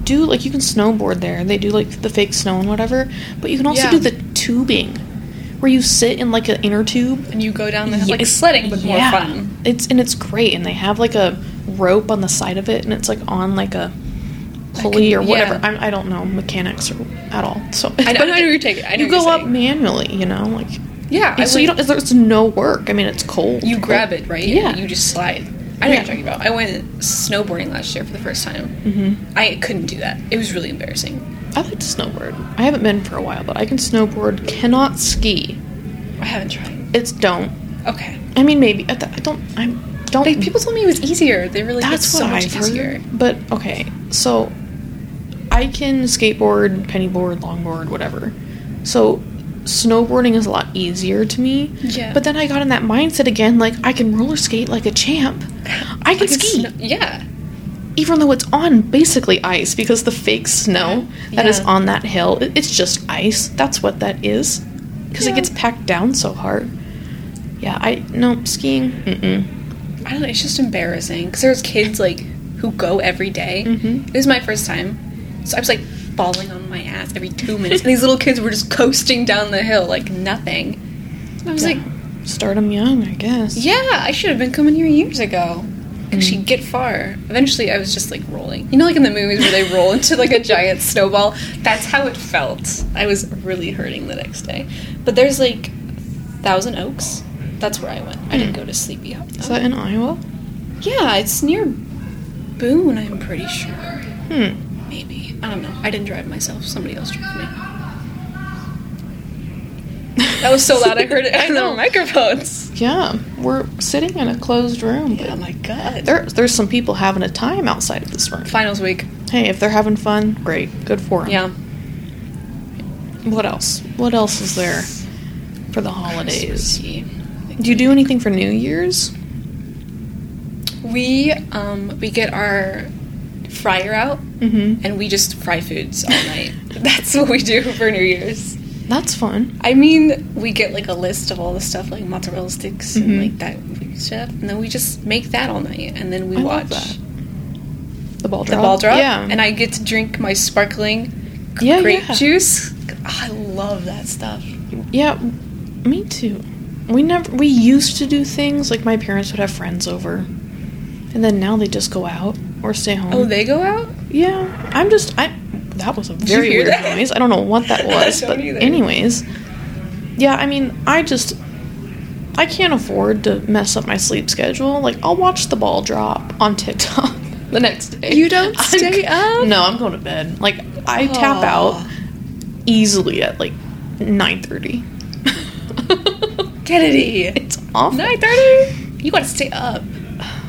[SPEAKER 1] do like you can snowboard there. They do like the fake snow and whatever, but you can also
[SPEAKER 2] Yeah.
[SPEAKER 1] do the tubing where you sit in like an inner tube.
[SPEAKER 2] And you go down the hill like
[SPEAKER 1] Yes.
[SPEAKER 2] sledding, but
[SPEAKER 1] Yeah.
[SPEAKER 2] more fun.
[SPEAKER 1] It's and it's great and they have like a rope on the side of it and it's like on like a pulley
[SPEAKER 2] can-
[SPEAKER 1] or whatever.
[SPEAKER 2] yeah.
[SPEAKER 1] I'm, I don't know mechanics or, at all. So
[SPEAKER 2] I know, I know where you're taking. I
[SPEAKER 1] you
[SPEAKER 2] know what you're
[SPEAKER 1] go up
[SPEAKER 2] saying.
[SPEAKER 1] manually, you know, like
[SPEAKER 2] Yeah. I
[SPEAKER 1] so you
[SPEAKER 2] went-
[SPEAKER 1] don't. There's no work. I mean, it's cold.
[SPEAKER 2] You grab it, right?
[SPEAKER 1] Yeah.
[SPEAKER 2] And you just slide. I know what
[SPEAKER 1] Yeah.
[SPEAKER 2] you're talking about. I went snowboarding last year for the first time.
[SPEAKER 1] Mm-hmm.
[SPEAKER 2] I couldn't do that. It was really embarrassing.
[SPEAKER 1] I like to snowboard. I haven't been for a while, but I can snowboard. Cannot ski.
[SPEAKER 2] I haven't tried.
[SPEAKER 1] It's don't.
[SPEAKER 2] Okay.
[SPEAKER 1] I mean, maybe I th- I don't. I don't.
[SPEAKER 2] They, people told me it was easier. They really
[SPEAKER 1] Oh. that's
[SPEAKER 2] it's
[SPEAKER 1] what
[SPEAKER 2] so
[SPEAKER 1] I've
[SPEAKER 2] much easier.
[SPEAKER 1] heard. But okay, so I can skateboard, penny board, longboard, whatever. So snowboarding is a lot easier to me.
[SPEAKER 2] Yeah.
[SPEAKER 1] But then I got in that mindset again, like I can roller skate like a champ. I can
[SPEAKER 2] Like, it's
[SPEAKER 1] ski.
[SPEAKER 2] no- yeah.
[SPEAKER 1] even though it's on basically ice because the fake snow that is
[SPEAKER 2] Yeah.
[SPEAKER 1] on that hill it- it's just ice that's what that is because
[SPEAKER 2] Yeah.
[SPEAKER 1] it gets packed down so hard yeah i no skiing mm-mm
[SPEAKER 2] I don't know. It's just embarrassing because there's kids like who go every day.
[SPEAKER 1] Mhm.
[SPEAKER 2] It was my first time, so I was like falling on my ass every two minutes, and these little kids were just coasting down the hill like nothing. I was
[SPEAKER 1] Yeah.
[SPEAKER 2] like,
[SPEAKER 1] start 'em young i guess
[SPEAKER 2] Yeah, I should have been coming here years ago. Cause she'd get far. Eventually, I was just like rolling. You know, like in the movies where they roll into like a giant snowball. That's how it felt. I was really hurting the next day. But there's like Thousand Oaks. That's where I went. I didn't go to Sleepy Hollow.
[SPEAKER 1] is that in iowa
[SPEAKER 2] yeah, it's near Boone. I'm pretty sure.
[SPEAKER 1] hmm
[SPEAKER 2] Maybe I don't know. I didn't drive myself. Somebody else drove me. That was so loud. I heard it. I know microphones.
[SPEAKER 1] yeah we're sitting in a closed room but
[SPEAKER 2] Oh my god.
[SPEAKER 1] there, there's some people having a time outside of this room
[SPEAKER 2] Finals week.
[SPEAKER 1] hey if they're having fun great good for them
[SPEAKER 2] Yeah.
[SPEAKER 1] what else what else is there for the holidays
[SPEAKER 2] Christmassy.
[SPEAKER 1] Do you do anything for New Year's?
[SPEAKER 2] We um we get our fryer out
[SPEAKER 1] Mm-hmm.
[SPEAKER 2] and we just fry foods all night. That's what we do for New Year's.
[SPEAKER 1] That's fun.
[SPEAKER 2] I mean, we get like a list of all the stuff like mozzarella sticks
[SPEAKER 1] Mhm.
[SPEAKER 2] and like that stuff, and then we just make that all night, and then we
[SPEAKER 1] I love
[SPEAKER 2] watch
[SPEAKER 1] that. The ball
[SPEAKER 2] the
[SPEAKER 1] drop.
[SPEAKER 2] ball drop.
[SPEAKER 1] Yeah.
[SPEAKER 2] and I get to drink my sparkling g-
[SPEAKER 1] Yeah,
[SPEAKER 2] grape
[SPEAKER 1] yeah.
[SPEAKER 2] juice. Ah, I love that stuff.
[SPEAKER 1] yeah, me too. We never. We used to do things like my parents would have friends over, and then now they just go out or stay home.
[SPEAKER 2] Oh, they go out.
[SPEAKER 1] Yeah. I'm just. I. That was a
[SPEAKER 2] you
[SPEAKER 1] very
[SPEAKER 2] hear
[SPEAKER 1] weird
[SPEAKER 2] that?
[SPEAKER 1] noise. I don't know what that
[SPEAKER 2] I
[SPEAKER 1] was,
[SPEAKER 2] don't
[SPEAKER 1] but
[SPEAKER 2] either.
[SPEAKER 1] anyways. Yeah, I mean, I just. I can't afford to mess up my sleep schedule. Like, I'll watch the ball drop on TikTok the next day.
[SPEAKER 2] You don't
[SPEAKER 1] I'm-
[SPEAKER 2] stay up?
[SPEAKER 1] No, I'm going to bed. Like, I tap
[SPEAKER 2] Aw.
[SPEAKER 1] out easily at like nine thirty.
[SPEAKER 2] Kennedy,
[SPEAKER 1] it's awful.
[SPEAKER 2] nine thirty. You gotta stay up.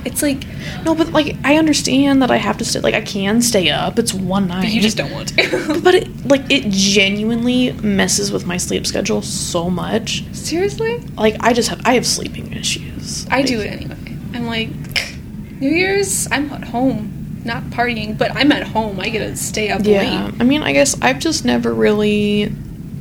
[SPEAKER 2] It's like
[SPEAKER 1] No, but like, I understand that I have to stay. Like, I can stay up. It's one night.
[SPEAKER 2] you just don't want to.
[SPEAKER 1] But it like it genuinely messes with my sleep schedule so much.
[SPEAKER 2] Seriously?
[SPEAKER 1] Like I just have I have sleeping issues.
[SPEAKER 2] I
[SPEAKER 1] Like,
[SPEAKER 2] do it anyway. I'm like, New Year's, I'm at home, not partying, but I'm at home. I get to stay up
[SPEAKER 1] Yeah.
[SPEAKER 2] late.
[SPEAKER 1] I mean, I guess I've just never really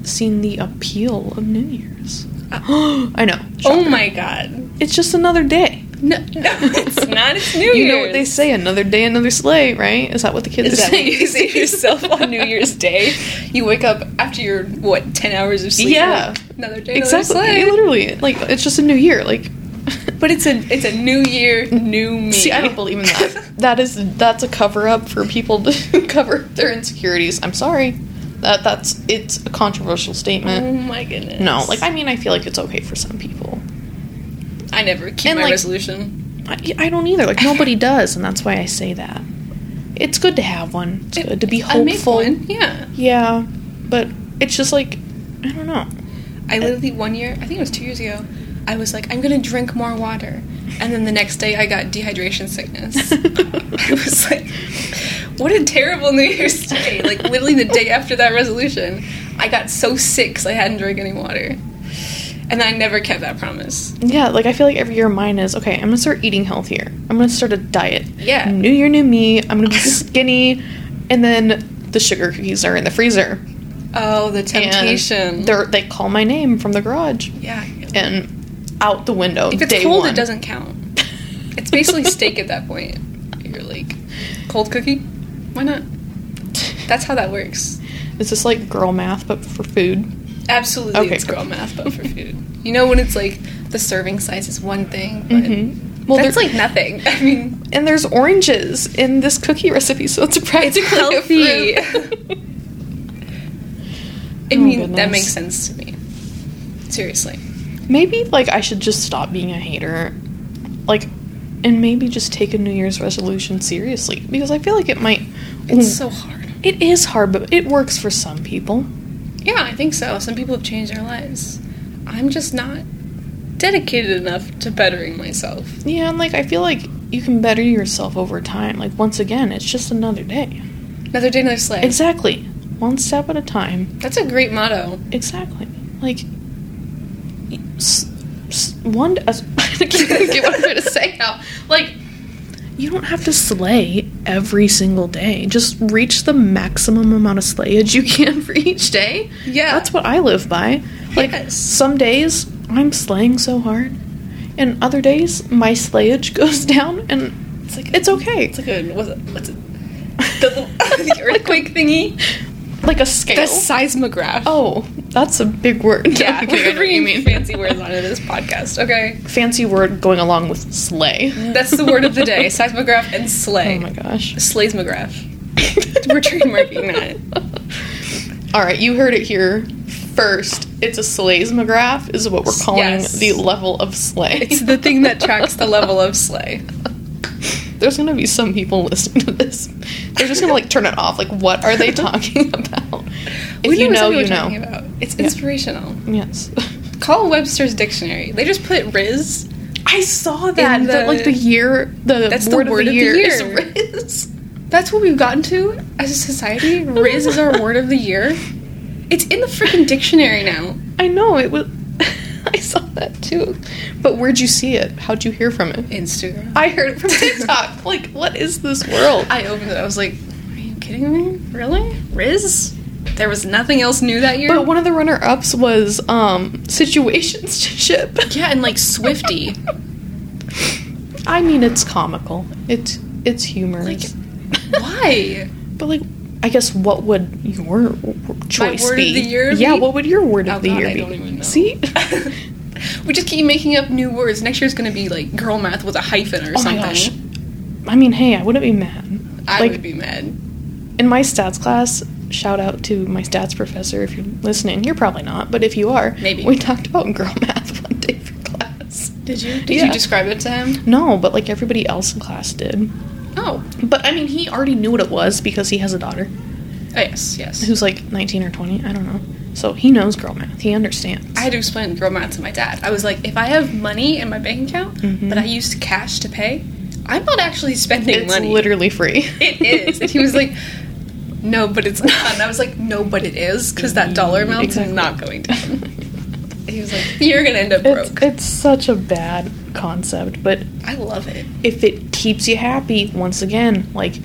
[SPEAKER 1] seen the appeal of New Year's. I know.
[SPEAKER 2] Oh
[SPEAKER 1] shocker.
[SPEAKER 2] my god.
[SPEAKER 1] It's just another day.
[SPEAKER 2] No, no, it's not. It's New Year's.
[SPEAKER 1] You know what they say, another day, another sleigh, right? Is that what the kids
[SPEAKER 2] Is
[SPEAKER 1] are
[SPEAKER 2] that what
[SPEAKER 1] saying?
[SPEAKER 2] you say to yourself on New Year's Day? You wake up after your, what, 10 hours of sleep?
[SPEAKER 1] Yeah.
[SPEAKER 2] you're like, another day, another
[SPEAKER 1] exactly.
[SPEAKER 2] slay.
[SPEAKER 1] Literally. Like it's just a new year. Like
[SPEAKER 2] But it's a it's a new year, new me.
[SPEAKER 1] See, I don't believe in that. that is that's a cover up for people to cover up their insecurities. I'm sorry. That that's it's a controversial
[SPEAKER 2] oh
[SPEAKER 1] statement.
[SPEAKER 2] my goodness.
[SPEAKER 1] No, like I mean, I feel like it's okay for some people.
[SPEAKER 2] I never keep
[SPEAKER 1] And,
[SPEAKER 2] my
[SPEAKER 1] like-
[SPEAKER 2] resolution.
[SPEAKER 1] I, I don't either. Like nobody does, and that's why I say that. It's good to have one. It's good to be
[SPEAKER 2] I make
[SPEAKER 1] hopeful.
[SPEAKER 2] one, Yeah.
[SPEAKER 1] Yeah, but it's just like I don't know.
[SPEAKER 2] I literally one year, I think it was two years ago, I was like, I'm gonna drink more water, and then the next day I got dehydration sickness. I was like, what a terrible New Year's Day! Like literally the day after that resolution, I got so sick 'cause I hadn't drank any water, and I never kept that promise.
[SPEAKER 1] Yeah, like I feel like every year mine is okay. I'm gonna start eating healthier. I'm gonna start a diet.
[SPEAKER 2] Yeah.
[SPEAKER 1] New year, new me. I'm gonna be skinny, and then the sugar cookies are in the freezer.
[SPEAKER 2] Oh, the
[SPEAKER 1] And
[SPEAKER 2] temptation!
[SPEAKER 1] They're they call my name from the garage,
[SPEAKER 2] yeah,
[SPEAKER 1] and out the window.
[SPEAKER 2] If it's
[SPEAKER 1] day
[SPEAKER 2] cold,
[SPEAKER 1] one.
[SPEAKER 2] it doesn't count. It's basically steak at that point. You're like, cold cookie? Why not? That's how that works.
[SPEAKER 1] It's just like girl math, but for food.
[SPEAKER 2] Absolutely,
[SPEAKER 1] Okay,
[SPEAKER 2] it's
[SPEAKER 1] cool.
[SPEAKER 2] girl math, but for food. You know when it's like the serving size is one thing, but
[SPEAKER 1] Mhm. Well,
[SPEAKER 2] Mm-hmm. that's
[SPEAKER 1] they're-
[SPEAKER 2] like nothing. I mean,
[SPEAKER 1] And there's oranges in this cookie recipe, so it's practically
[SPEAKER 2] healthy.
[SPEAKER 1] A fruit.
[SPEAKER 2] I
[SPEAKER 1] Oh,
[SPEAKER 2] mean that
[SPEAKER 1] goodness.
[SPEAKER 2] makes sense to me. Seriously,
[SPEAKER 1] maybe like I should just stop being a hater, like, and maybe just take a New Year's resolution seriously because I feel like it might.
[SPEAKER 2] it's so hard.
[SPEAKER 1] It is hard, but it works for some people.
[SPEAKER 2] Yeah, I think so. Some people have changed their lives. I'm just not dedicated enough to bettering myself.
[SPEAKER 1] Yeah, and like I feel like you can better yourself over time. Like once again, it's just another day.
[SPEAKER 2] Another day, another slay.
[SPEAKER 1] Exactly. One step at a time.
[SPEAKER 2] That's a great motto.
[SPEAKER 1] Exactly. Like y- s- s- one I can't even get what I'm trying to say now. Like you don't have to slay every single day. Just reach the maximum amount of slayage you can for each day.
[SPEAKER 2] Yeah.
[SPEAKER 1] That's what I live by. Like
[SPEAKER 2] Yes.
[SPEAKER 1] some days I'm slaying so hard, and other days my slayage goes down, and it's like it's okay.
[SPEAKER 2] It's like a what's it? What's it? The, little, the earthquake thingy.
[SPEAKER 1] like a scale.
[SPEAKER 2] The seismograph.
[SPEAKER 1] oh, that's a big word.
[SPEAKER 2] yeah.
[SPEAKER 1] Okay, I know
[SPEAKER 2] We're
[SPEAKER 1] what you
[SPEAKER 2] bringing
[SPEAKER 1] mean.
[SPEAKER 2] fancy words onto this podcast. Okay,
[SPEAKER 1] fancy word going along with slay.
[SPEAKER 2] that's the word of the day: seismograph and
[SPEAKER 1] Oh
[SPEAKER 2] slay.
[SPEAKER 1] my gosh.
[SPEAKER 2] Slaysmograph. We're trademarking
[SPEAKER 1] that. All right, you heard it here first. It's a slaysmograph is what we're calling
[SPEAKER 2] Yes.
[SPEAKER 1] the level of slay.
[SPEAKER 2] It's the thing that tracks the level of slay.
[SPEAKER 1] There's gonna be some people listening to this. They're just gonna like turn it off. Like, what are they talking about? If
[SPEAKER 2] We
[SPEAKER 1] you know,
[SPEAKER 2] exactly what
[SPEAKER 1] you
[SPEAKER 2] we're
[SPEAKER 1] know.
[SPEAKER 2] talking about. It's
[SPEAKER 1] Yeah.
[SPEAKER 2] inspirational.
[SPEAKER 1] Yes.
[SPEAKER 2] Call Webster's dictionary. They just put Riz.
[SPEAKER 1] I saw
[SPEAKER 2] that,
[SPEAKER 1] that like the year, the
[SPEAKER 2] That's the
[SPEAKER 1] word,
[SPEAKER 2] word
[SPEAKER 1] of
[SPEAKER 2] of the
[SPEAKER 1] the year,
[SPEAKER 2] year.
[SPEAKER 1] is Riz.
[SPEAKER 2] That's what we've gotten to as a society. Riz is our word of the year. It's in the freaking dictionary now.
[SPEAKER 1] I know it was. I saw that too. But where'd you see it? How'd you hear from it?
[SPEAKER 2] Instagram.
[SPEAKER 1] I heard it from TikTok. like, what is this world?
[SPEAKER 2] I opened it. I was like, "Are you kidding me? Really? Riz? There was nothing else new that year."
[SPEAKER 1] But one of the runner ups was um situations ship.
[SPEAKER 2] yeah, and like Swifty.
[SPEAKER 1] I mean it's comical. It's it's humorous.
[SPEAKER 2] Why?
[SPEAKER 1] but like I guess what would your w- w- choice
[SPEAKER 2] word of
[SPEAKER 1] be?
[SPEAKER 2] the year
[SPEAKER 1] yeah,
[SPEAKER 2] be?
[SPEAKER 1] what would your word of
[SPEAKER 2] Oh
[SPEAKER 1] the
[SPEAKER 2] God,
[SPEAKER 1] year
[SPEAKER 2] I
[SPEAKER 1] be?
[SPEAKER 2] don't even know.
[SPEAKER 1] See?
[SPEAKER 2] we just keep making up new words. Next year's gonna be like girl math with a hyphen or
[SPEAKER 1] oh my
[SPEAKER 2] something.
[SPEAKER 1] gosh. I mean, hey, I wouldn't be mad.
[SPEAKER 2] I
[SPEAKER 1] like
[SPEAKER 2] would be mad.
[SPEAKER 1] in my stats class, shout out to my stats professor if you're listening. You're probably not, but if you are,
[SPEAKER 2] Maybe.
[SPEAKER 1] we talked about girl math one day for class.
[SPEAKER 2] Did you? Did
[SPEAKER 1] Yeah.
[SPEAKER 2] you describe it to him?
[SPEAKER 1] No, but like everybody else in class did.
[SPEAKER 2] Oh.
[SPEAKER 1] But I mean, he already knew what it was because he has a daughter
[SPEAKER 2] Oh, yes, yes.
[SPEAKER 1] who's like 19 or 20. I don't know. So he knows girl math. He understands.
[SPEAKER 2] I had to explain girl math to my dad. I was like, if I have money in my bank account,
[SPEAKER 1] Mhm.
[SPEAKER 2] but I used cash to pay, I'm not actually spending
[SPEAKER 1] it's
[SPEAKER 2] money.
[SPEAKER 1] literally free.
[SPEAKER 2] it is. And he was like, no, but it's not. And I was like, no, but it is, because that dollar amount
[SPEAKER 1] Exactly.
[SPEAKER 2] is not going down. he was like, you're going to end up
[SPEAKER 1] it's,
[SPEAKER 2] broke.
[SPEAKER 1] it's such a bad concept, but
[SPEAKER 2] I love it.
[SPEAKER 1] if it keeps you happy, once again, like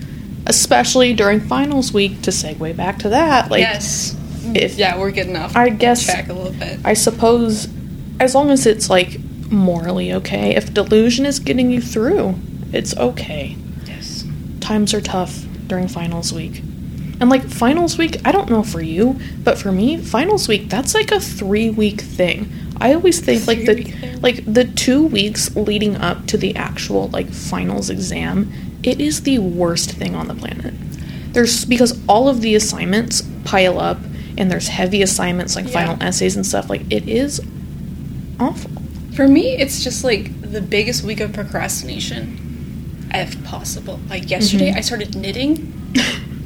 [SPEAKER 1] especially during finals week, to segue back to that, like
[SPEAKER 2] yes. Mm,
[SPEAKER 1] if
[SPEAKER 2] Yeah, we're getting off
[SPEAKER 1] I guess-
[SPEAKER 2] track a little bit.
[SPEAKER 1] I suppose as long as it's like morally okay, if delusion is getting you through, it's okay.
[SPEAKER 2] yes.
[SPEAKER 1] times are tough during finals week. And like finals week, I don't know for you, but for me, finals week that's like a 3 week thing. I always think like the
[SPEAKER 2] Three-week thing?
[SPEAKER 1] like the 2 weeks leading up to the actual like finals exam, it is the worst thing on the planet. There's because all of the assignments pile up and there's heavy assignments like
[SPEAKER 2] Yeah.
[SPEAKER 1] final essays and stuff like it is awful.
[SPEAKER 2] For me, it's just like the biggest week of procrastination, if possible. Like yesterday,
[SPEAKER 1] Mhm.
[SPEAKER 2] I started knitting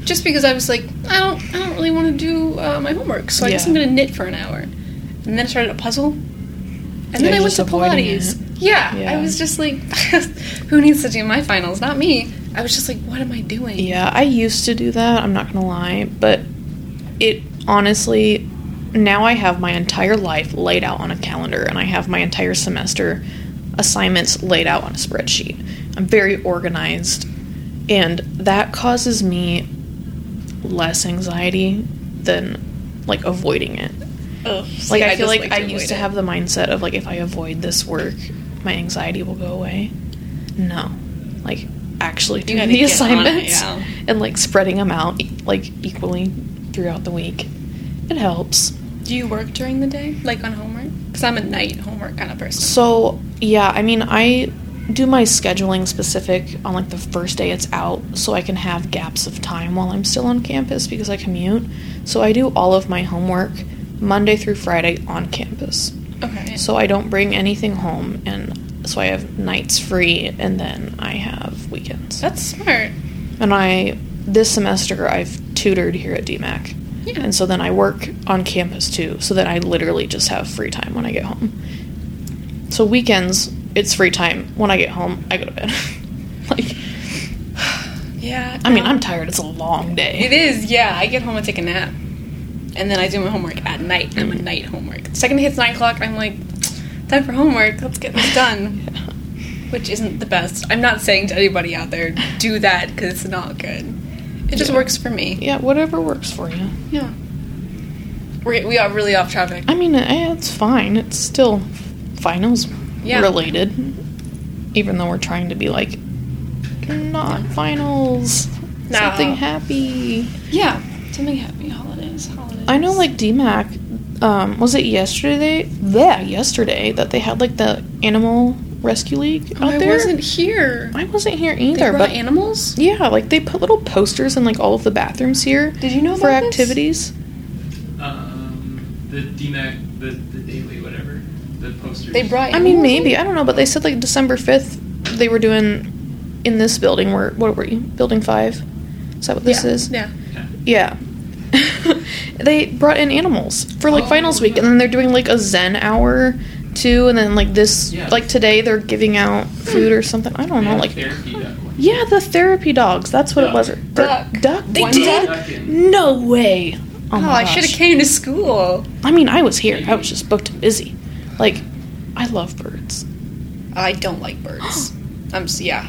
[SPEAKER 2] just because I was like, I don't, I don't really want to do uh, my homework, so I guess
[SPEAKER 1] Yeah.
[SPEAKER 2] I'm gonna knit for an hour. And then I started a puzzle, and
[SPEAKER 1] Yeah,
[SPEAKER 2] then I
[SPEAKER 1] you're
[SPEAKER 2] went to
[SPEAKER 1] just avoiding
[SPEAKER 2] Pilates. Yeah,
[SPEAKER 1] Yeah.
[SPEAKER 2] I was just like, who needs to do my finals? Not me. I was just like, what am I doing?
[SPEAKER 1] Yeah, I used to do that, I'm not gonna lie, but it honestly, now I have my entire life laid out on a calendar and I have my entire semester assignments laid out on a spreadsheet. I'm very organized, and that causes me less anxiety than like avoiding it.
[SPEAKER 2] Ugh,
[SPEAKER 1] Like I,
[SPEAKER 2] just
[SPEAKER 1] feel like, I
[SPEAKER 2] avoid
[SPEAKER 1] used to
[SPEAKER 2] it.
[SPEAKER 1] have the mindset of like if I avoid this work, my anxiety will go away. No, like actually doing
[SPEAKER 2] gotta
[SPEAKER 1] the
[SPEAKER 2] get on it,
[SPEAKER 1] assignments
[SPEAKER 2] yeah.
[SPEAKER 1] and like spreading them out e- like equally throughout the week, it helps.
[SPEAKER 2] Do you work during the day, like on homework? Because I'm a night homework kind of person.
[SPEAKER 1] So yeah, I mean I do my scheduling specific on like the first day it's out so I can have gaps of time while I'm still on campus because I commute. So I do all of my homework Monday through Friday on campus.
[SPEAKER 2] Okay.
[SPEAKER 1] So I don't bring anything home, and so I have nights free, and then I have weekends.
[SPEAKER 2] that's smart.
[SPEAKER 1] And I, this semester, I've tutored here at DMAC.
[SPEAKER 2] Yeah.
[SPEAKER 1] And so then I work on campus too, so then I literally just have free time when I get home. So weekends, it's free time. When I get home, I go to bed. like,
[SPEAKER 2] Yeah.
[SPEAKER 1] I mean,
[SPEAKER 2] no.
[SPEAKER 1] I'm tired. It's a long
[SPEAKER 2] It
[SPEAKER 1] day.
[SPEAKER 2] is, yeah. I get home and take a nap. And then I do my homework at night. I'm a
[SPEAKER 1] Mm.
[SPEAKER 2] night homework. The second it hits 9 o'clock, I'm like, time for homework. Let's get this done. Which isn't the best. I'm not saying to anybody out there, do that because it's not good. It just
[SPEAKER 1] Yeah.
[SPEAKER 2] works for me.
[SPEAKER 1] Yeah, whatever works for you.
[SPEAKER 2] Yeah. We're, we are really off topic.
[SPEAKER 1] I mean, eh, it's fine. It's still finals
[SPEAKER 2] Yeah.
[SPEAKER 1] related, even though we're trying to be like not finals,
[SPEAKER 2] No.
[SPEAKER 1] something happy.
[SPEAKER 2] Yeah. Something happy. Holidays. Holidays.
[SPEAKER 1] I know, like DMAC, um, was it yesterday? Yeah, yesterday that they had like the animal rescue league
[SPEAKER 2] Oh,
[SPEAKER 1] out
[SPEAKER 2] I
[SPEAKER 1] there.
[SPEAKER 2] wasn't here.
[SPEAKER 1] I wasn't here
[SPEAKER 2] They
[SPEAKER 1] either,
[SPEAKER 2] brought
[SPEAKER 1] but
[SPEAKER 2] animals?
[SPEAKER 1] yeah, like they put little posters in like all of the bathrooms here.
[SPEAKER 2] Did you know
[SPEAKER 1] for
[SPEAKER 2] about this?
[SPEAKER 1] activities?
[SPEAKER 3] Um, the DMAC, the, the daily, whatever, the posters.
[SPEAKER 2] They brought
[SPEAKER 1] I mean,
[SPEAKER 2] animals?
[SPEAKER 1] maybe I don't know, but they said like December fifth they were doing in this building. Where what were you? Building five. Is that what this
[SPEAKER 2] yeah.
[SPEAKER 1] is?
[SPEAKER 2] Yeah.
[SPEAKER 3] Yeah.
[SPEAKER 1] Yeah. they brought in animals for like
[SPEAKER 3] Oh,
[SPEAKER 1] finals week, and then they're doing like a Zen hour too, and then like this,
[SPEAKER 3] Yeah.
[SPEAKER 1] like today they're giving out food or something. I don't
[SPEAKER 3] They
[SPEAKER 1] know,
[SPEAKER 3] had
[SPEAKER 1] like.
[SPEAKER 3] therapy that one.
[SPEAKER 1] Yeah, the therapy dogs. That's what it
[SPEAKER 3] Duck.
[SPEAKER 1] was. Or-
[SPEAKER 2] Duck.
[SPEAKER 1] Duck. They
[SPEAKER 2] One
[SPEAKER 1] did.
[SPEAKER 3] duck in.
[SPEAKER 1] No way. Oh,
[SPEAKER 2] Oh,
[SPEAKER 1] my
[SPEAKER 2] I
[SPEAKER 1] gosh.
[SPEAKER 2] should have came to school.
[SPEAKER 1] I mean, I was here. I was just booked and busy. Like, I love birds.
[SPEAKER 2] I don't like birds. I'm s- yeah,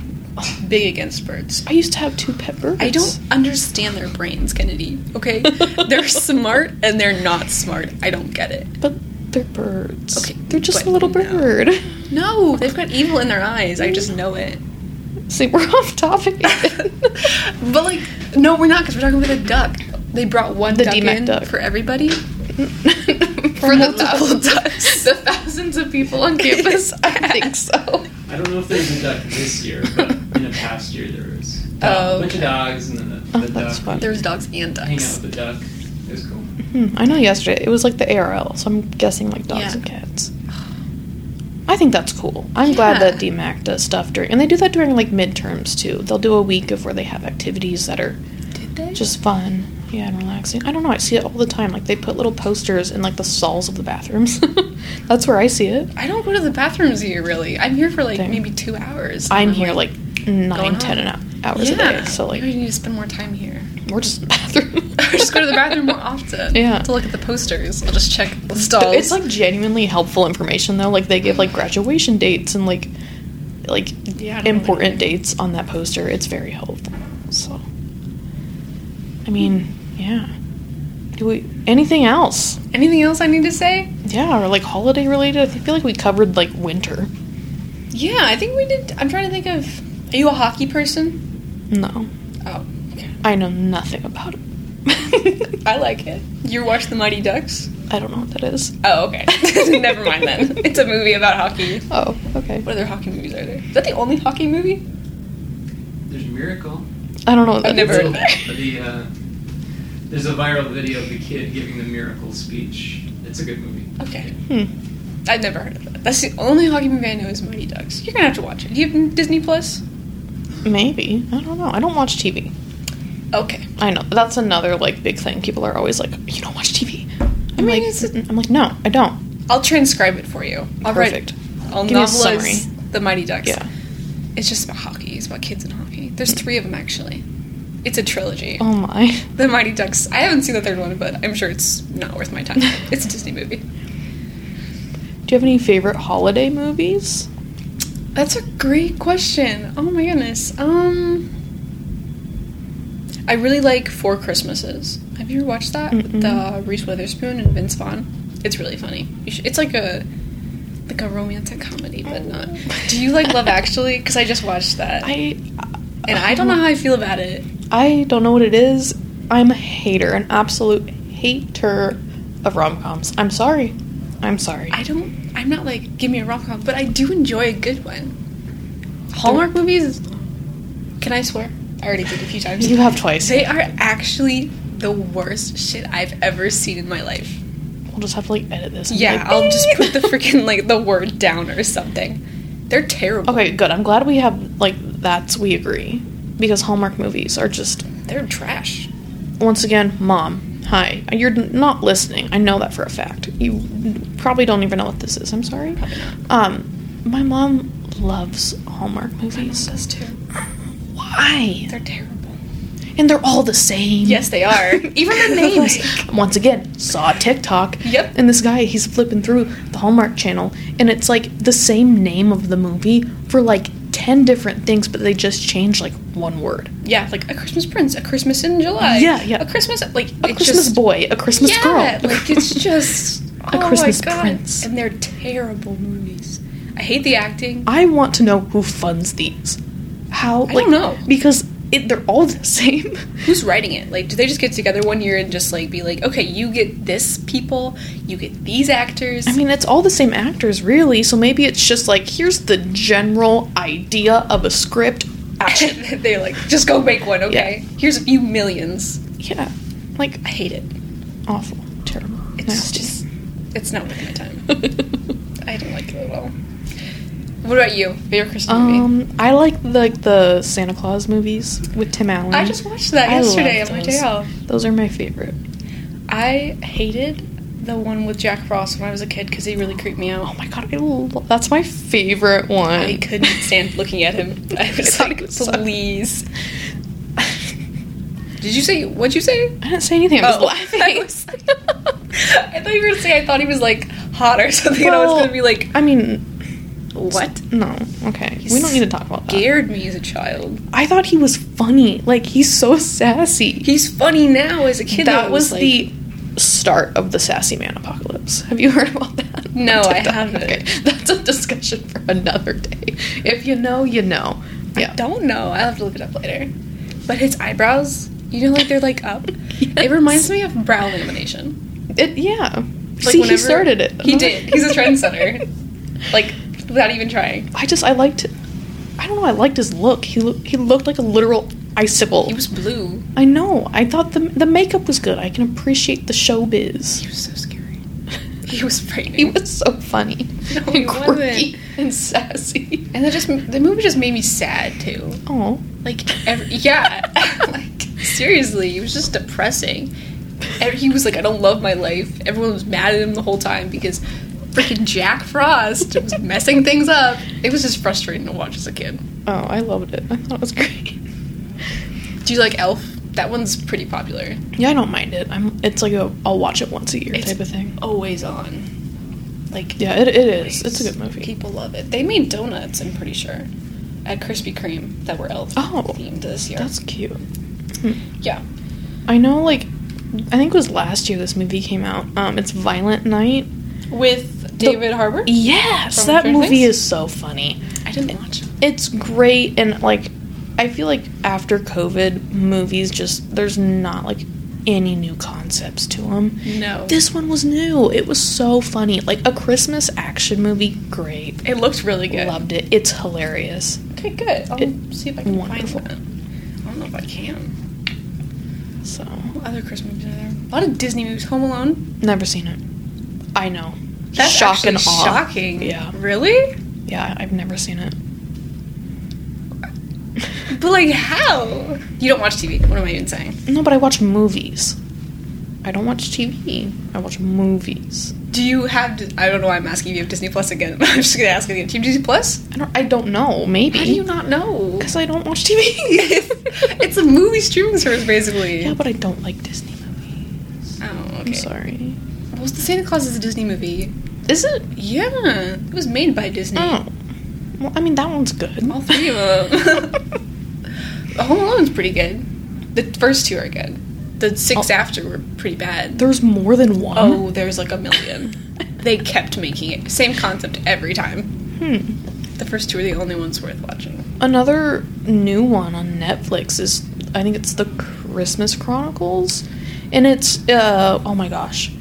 [SPEAKER 2] big against birds.
[SPEAKER 1] I used to have two pet birds.
[SPEAKER 2] I don't understand their brains, Kennedy. Okay, they're smart and they're not smart. I don't get it.
[SPEAKER 1] But they're birds.
[SPEAKER 2] Okay,
[SPEAKER 1] They're just
[SPEAKER 2] but
[SPEAKER 1] a little
[SPEAKER 2] no.
[SPEAKER 1] bird.
[SPEAKER 2] No, they've got evil in their eyes. I just know it.
[SPEAKER 1] See, we're off topic.
[SPEAKER 2] but like, no, we're not because we're talking about a duck. They brought one
[SPEAKER 1] The
[SPEAKER 2] duck
[SPEAKER 1] DMAC
[SPEAKER 2] in
[SPEAKER 1] duck.
[SPEAKER 2] for everybody.
[SPEAKER 1] For
[SPEAKER 2] the multiple ducks.
[SPEAKER 1] the thousands of people on campus, I think so.
[SPEAKER 3] I don't know if there's a duck this year, but in the past year there was.
[SPEAKER 2] Oh,
[SPEAKER 3] a bunch
[SPEAKER 2] okay.
[SPEAKER 3] of dogs and then the,
[SPEAKER 1] Oh,
[SPEAKER 3] the
[SPEAKER 1] that's
[SPEAKER 3] duck.
[SPEAKER 1] fun.
[SPEAKER 2] There's dogs and
[SPEAKER 3] Hang out
[SPEAKER 2] ducks.
[SPEAKER 3] with the duck. It was cool.
[SPEAKER 1] Hmm, I know yesterday it was like the ARL, so I'm guessing like dogs
[SPEAKER 2] Yeah.
[SPEAKER 1] and cats. I think that's cool. I'm glad
[SPEAKER 2] Yeah.
[SPEAKER 1] that DMAC does stuff during, and they do that during like midterms too. They'll do a week of where they have activities that are
[SPEAKER 2] Did they?
[SPEAKER 1] just fun, yeah, and relaxing. I don't know. I see it all the time. Like they put little posters in like the stalls of the bathrooms. that's where I see it.
[SPEAKER 2] I don't go to the bathrooms here really. I'm here for like
[SPEAKER 1] Same.
[SPEAKER 2] maybe two hours.
[SPEAKER 1] I'm
[SPEAKER 2] and
[SPEAKER 1] here like nine, ten
[SPEAKER 2] home.
[SPEAKER 1] and hours a day. So like
[SPEAKER 2] maybe I need to spend more time here.
[SPEAKER 1] we're just in the bathroom.
[SPEAKER 2] Or just go to the bathroom more often.
[SPEAKER 1] Yeah.
[SPEAKER 2] To look at the posters. I'll just check the stalls.
[SPEAKER 1] But It's like genuinely helpful information though. Like they give like graduation dates and like like
[SPEAKER 2] Yeah, I don't know
[SPEAKER 1] important
[SPEAKER 2] what it
[SPEAKER 1] dates on that poster. It's very helpful. So I mean, yeah. Do we anything else?
[SPEAKER 2] anything else I need to say?
[SPEAKER 1] Yeah, or like holiday related. I feel like we covered like winter.
[SPEAKER 2] Yeah, I think we did. I'm trying to think of. Are you a hockey person?
[SPEAKER 1] No.
[SPEAKER 2] Oh, okay.
[SPEAKER 1] I know nothing about it.
[SPEAKER 2] I like it. You watch The Mighty Ducks?
[SPEAKER 1] I don't know what that is.
[SPEAKER 2] Oh, okay. Never mind then. It's a movie about hockey.
[SPEAKER 1] Oh, okay.
[SPEAKER 2] What other hockey movies are there? Is that the only hockey movie?
[SPEAKER 3] There's Miracle.
[SPEAKER 1] I don't know what that
[SPEAKER 2] I've never
[SPEAKER 1] is.
[SPEAKER 2] heard of that.
[SPEAKER 3] The, uh, there's a viral video of the kid giving the miracle speech. It's a good movie.
[SPEAKER 2] Okay.
[SPEAKER 1] Hmm.
[SPEAKER 2] I've never heard of that. That's the only hockey movie I know is Mighty Ducks. You're gonna have to watch it. Do you have Disney Plus?
[SPEAKER 1] Maybe. I don't know. I don't watch TV.
[SPEAKER 2] Okay.
[SPEAKER 1] I know that's another like big thing. People are always like, "You don't watch TV." I'm
[SPEAKER 2] mean,
[SPEAKER 1] like,
[SPEAKER 2] it's-
[SPEAKER 1] "Mm-mm." I'm like, no, I don't.
[SPEAKER 2] I'll transcribe it for you. I'll
[SPEAKER 1] Perfect.
[SPEAKER 2] write. I'll
[SPEAKER 1] Give me a
[SPEAKER 2] novelize
[SPEAKER 1] summary.
[SPEAKER 2] the Mighty Ducks.
[SPEAKER 1] Yeah.
[SPEAKER 2] It's just about hockey. It's about kids and hockey. There's three of them actually. It's a trilogy.
[SPEAKER 1] Oh my.
[SPEAKER 2] The Mighty Ducks. I haven't seen the third one, but I'm sure it's not worth my time. it's a Disney movie.
[SPEAKER 1] Do you have any favorite holiday movies?
[SPEAKER 2] That's a great question. Oh my goodness. Um, I really like Four Christmases. Have you ever watched that? With
[SPEAKER 1] Mm-mm.
[SPEAKER 2] uh, Reese Witherspoon and Vince Vaughn. It's really funny. You should, it's like a like a romantic comedy, but
[SPEAKER 1] Oh.
[SPEAKER 2] not. Do you like Love Actually? Because I just watched that,
[SPEAKER 1] I Oh.
[SPEAKER 2] and I don't know how I feel about it.
[SPEAKER 1] I don't know what it is. I'm a hater, an absolute hater of rom coms. I'm sorry. I'm sorry.
[SPEAKER 2] I don't. I'm not like give me a rom com, but I do enjoy a good one. Hallmark movies. Can I swear? I already did a few times.
[SPEAKER 1] you have twice.
[SPEAKER 2] They are actually the worst shit I've ever seen in my life.
[SPEAKER 1] We'll just have to like edit this. and be
[SPEAKER 2] Yeah,
[SPEAKER 1] like,
[SPEAKER 2] I'll just
[SPEAKER 1] "Beep."
[SPEAKER 2] put the freaking like the word down or something. They're terrible.
[SPEAKER 1] Okay, good. I'm glad we have like that's we agree because Hallmark movies are just
[SPEAKER 2] They're trash.
[SPEAKER 1] once again, mom. Hi, you're n- not listening. I know that for a fact. You probably don't even know what this is. I'm sorry.
[SPEAKER 2] Probably not.
[SPEAKER 1] Um, my mom loves Hallmark movies.
[SPEAKER 2] Those two.
[SPEAKER 1] Why?
[SPEAKER 2] They're terrible.
[SPEAKER 1] And they're all the same.
[SPEAKER 2] Yes, they are. Even the names.
[SPEAKER 1] Like, once again, saw a TikTok.
[SPEAKER 2] Yep.
[SPEAKER 1] And this guy, he's flipping through the Hallmark channel, and it's like the same name of the movie for like 10 different things, but they just change like one word.
[SPEAKER 2] Yeah, like a Christmas Prince, a Christmas in July.
[SPEAKER 1] Yeah, yeah.
[SPEAKER 2] A Christmas like
[SPEAKER 1] A Christmas boy, a Christmas
[SPEAKER 2] yeah,
[SPEAKER 1] girl.
[SPEAKER 2] like it's just
[SPEAKER 1] A
[SPEAKER 2] oh
[SPEAKER 1] Christmas
[SPEAKER 2] my God.
[SPEAKER 1] Prince.
[SPEAKER 2] and they're terrible movies. I hate the acting.
[SPEAKER 1] I want to know who funds these. How?
[SPEAKER 2] I don't know.
[SPEAKER 1] Because it, they're all the same.
[SPEAKER 2] Who's writing it? Like, do they just get together one year and just like be like, okay, you get this people, you get these actors.
[SPEAKER 1] I mean, it's all the same actors, really. So maybe it's just like here's the general idea of a script. Action.
[SPEAKER 2] And they're like, just go make one, okay? Here's a few millions.
[SPEAKER 1] yeah, like
[SPEAKER 2] I hate it.
[SPEAKER 1] awful, terrible,
[SPEAKER 2] It's
[SPEAKER 1] nasty.
[SPEAKER 2] just, it's not worth my time. I don't like it at all. What about you? Favorite Christmas movie?
[SPEAKER 1] um, I like the, like the Santa Claus movies with Tim Allen.
[SPEAKER 2] I just watched that
[SPEAKER 1] I love
[SPEAKER 2] yesterday on my day
[SPEAKER 1] those.
[SPEAKER 2] off.
[SPEAKER 1] Those are my favorite.
[SPEAKER 2] I hated the one with Jack Frost when I was a kid because he really creeped me out.
[SPEAKER 1] Oh my god, I lo- that's my favorite one.
[SPEAKER 2] I couldn't stand looking at him. I was like, please. Did you say, what'd you say?
[SPEAKER 1] I didn't say anything. I was
[SPEAKER 2] Oh,
[SPEAKER 1] laughing.
[SPEAKER 2] I, was- I thought you were going to say I thought he was like hot or something, and I was
[SPEAKER 1] Well,
[SPEAKER 2] going to be like,
[SPEAKER 1] I mean,
[SPEAKER 2] what?
[SPEAKER 1] No. Okay. we don't need to talk about that.
[SPEAKER 2] Scared me as a child.
[SPEAKER 1] I thought he was funny. Like he's so sassy.
[SPEAKER 2] He's funny now as a kid. though.
[SPEAKER 1] that
[SPEAKER 2] It
[SPEAKER 1] was
[SPEAKER 2] like-
[SPEAKER 1] the start of the sassy man apocalypse. Have you heard about that?
[SPEAKER 2] No,
[SPEAKER 1] On
[SPEAKER 2] I
[SPEAKER 1] TikTok?
[SPEAKER 2] haven't.
[SPEAKER 1] That's a discussion for another day. If you know, you know.
[SPEAKER 2] I don't know. I'll have to look it up later. But his eyebrows, you know, like they're like up. It reminds me of brow lamination.
[SPEAKER 1] It, yeah.
[SPEAKER 2] Like
[SPEAKER 1] See, he
[SPEAKER 2] whenever-
[SPEAKER 1] started it.
[SPEAKER 2] He did. He's a trendsetter. like without even trying.
[SPEAKER 1] I just I liked. I don't know. I liked his look. He look, he looked like a literal icicle.
[SPEAKER 2] He was blue.
[SPEAKER 1] I know. I thought the the makeup was good. I can appreciate the showbiz.
[SPEAKER 2] He was so scary. He was frightening.
[SPEAKER 1] He was so funny
[SPEAKER 2] No, he
[SPEAKER 1] and quirky
[SPEAKER 2] wasn't.
[SPEAKER 1] and sassy.
[SPEAKER 2] and that just the movie just made me sad too.
[SPEAKER 1] Oh,
[SPEAKER 2] Like every, yeah, like seriously, it was just depressing. And he was like, I don't love my life. Everyone was mad at him the whole time because freaking Jack Frost was messing things up. It was just frustrating to watch as a kid.
[SPEAKER 1] Oh, I loved it. I thought it was great.
[SPEAKER 2] Do you like Elf? That one's pretty popular.
[SPEAKER 1] Yeah, I don't mind it. I'm. It's like a. I'll watch it once a year
[SPEAKER 2] It's-
[SPEAKER 1] type of thing.
[SPEAKER 2] Always on. Like
[SPEAKER 1] Yeah, it, it is. It's a good movie.
[SPEAKER 2] People love it. They made donuts, I'm pretty sure, at Krispy Kreme that were Elf
[SPEAKER 1] Oh,
[SPEAKER 2] themed this year.
[SPEAKER 1] That's cute. Hmm.
[SPEAKER 2] yeah.
[SPEAKER 1] I know. Like, I think it was last year this movie came out. Um, it's Violent Night.
[SPEAKER 2] With David Harbour?
[SPEAKER 1] Yes,
[SPEAKER 2] From
[SPEAKER 1] that
[SPEAKER 2] Stranger
[SPEAKER 1] movie
[SPEAKER 2] Things?
[SPEAKER 1] is so funny.
[SPEAKER 2] I didn't watch it.
[SPEAKER 1] It's great and like, I feel like after COVID, movies just there's not like any new concepts to them.
[SPEAKER 2] No.
[SPEAKER 1] This one was new. It was so funny. Like a Christmas action movie, great.
[SPEAKER 2] it looks really good.
[SPEAKER 1] Loved it. It's hilarious.
[SPEAKER 2] Okay, good. I'll
[SPEAKER 1] It-
[SPEAKER 2] see if I can
[SPEAKER 1] wonderful.
[SPEAKER 2] find that. I don't know if I can.
[SPEAKER 1] So,
[SPEAKER 2] What other Christmas movies are there? A lot of Disney movies. Home Alone.
[SPEAKER 1] never seen it. I know.
[SPEAKER 2] That's
[SPEAKER 1] Shock and
[SPEAKER 2] actually
[SPEAKER 1] awe.
[SPEAKER 2] shocking.
[SPEAKER 1] Yeah.
[SPEAKER 2] Really?
[SPEAKER 1] Yeah, I've never seen it.
[SPEAKER 2] But like, how? You don't watch TV. What am I even saying?
[SPEAKER 1] No, but I watch movies. I don't watch TV. I watch movies.
[SPEAKER 2] Do you have? Di- I don't know why I'm asking if you have Disney Plus again. I'm just gonna ask again. Do you have Disney Plus?
[SPEAKER 1] I don't. I don't know. Maybe.
[SPEAKER 2] How do you not know?
[SPEAKER 1] Because I don't watch TV.
[SPEAKER 2] it's a movie streaming service, basically.
[SPEAKER 1] yeah, but I don't like Disney movies.
[SPEAKER 2] Oh, okay.
[SPEAKER 1] I'm sorry.
[SPEAKER 2] Well, the Santa Claus is a Disney movie.
[SPEAKER 1] Is it?
[SPEAKER 2] Yeah, it was made by Disney.
[SPEAKER 1] Oh. Well, I mean that one's good.
[SPEAKER 2] All three of them. Home Alone's pretty good. The first two are good. The six
[SPEAKER 1] Oh.
[SPEAKER 2] after were pretty bad.
[SPEAKER 1] There's more than one.
[SPEAKER 2] Oh, there's like a million. they kept making it. Same concept every time.
[SPEAKER 1] Hmm.
[SPEAKER 2] The first two are the only ones worth watching.
[SPEAKER 1] Another new one on Netflix is I think it's the Christmas Chronicles, and it's uh oh my gosh,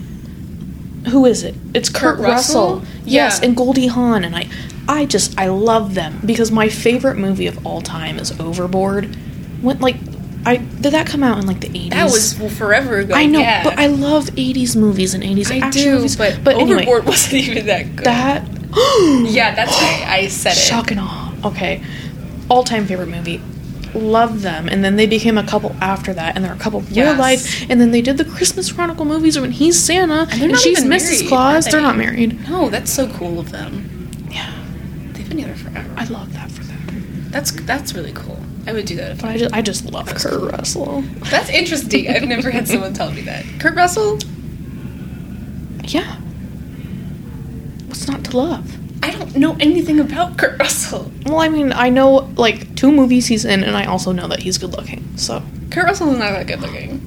[SPEAKER 1] who is it? It's Kurt,
[SPEAKER 2] Kurt Russell?
[SPEAKER 1] Russell. Yes,
[SPEAKER 2] Yeah.
[SPEAKER 1] and Goldie Hawn, and I I just I love them because my favorite movie of all time is Overboard. Went like I did that come out in like the eighties?
[SPEAKER 2] That was well, forever ago.
[SPEAKER 1] I know,
[SPEAKER 2] yeah.
[SPEAKER 1] but I love '80s movies and '80s
[SPEAKER 2] I
[SPEAKER 1] action
[SPEAKER 2] do,
[SPEAKER 1] movies.
[SPEAKER 2] but,
[SPEAKER 1] anyway,
[SPEAKER 2] Overboard wasn't even that good.
[SPEAKER 1] that
[SPEAKER 2] yeah, that's why I said it.
[SPEAKER 1] Shock and awe. Okay. All time favorite movie. Love them. And then they became a couple after that, and they're a couple real
[SPEAKER 2] Yes.
[SPEAKER 1] life. And then they did the Christmas Chronicle movies when he's Santa and,
[SPEAKER 2] they're not
[SPEAKER 1] she's
[SPEAKER 2] even
[SPEAKER 1] Mrs.
[SPEAKER 2] married, are
[SPEAKER 1] Claus. They're
[SPEAKER 2] they?
[SPEAKER 1] not married.
[SPEAKER 2] No, that's so cool of them.
[SPEAKER 1] Yeah.
[SPEAKER 2] They've been together forever.
[SPEAKER 1] I love that for them.
[SPEAKER 2] That's that's really cool. I would do that if
[SPEAKER 1] But I just, I just love Kurt Russell.
[SPEAKER 2] That's interesting. I've never had someone tell me that. Kurt Russell,
[SPEAKER 1] Yeah. What's not to love?
[SPEAKER 2] I don't know anything about Kurt Russell.
[SPEAKER 1] Well, I mean, I know like two movies he's in, and I also know that he's good looking. So,
[SPEAKER 2] Kurt Russell is not that good looking.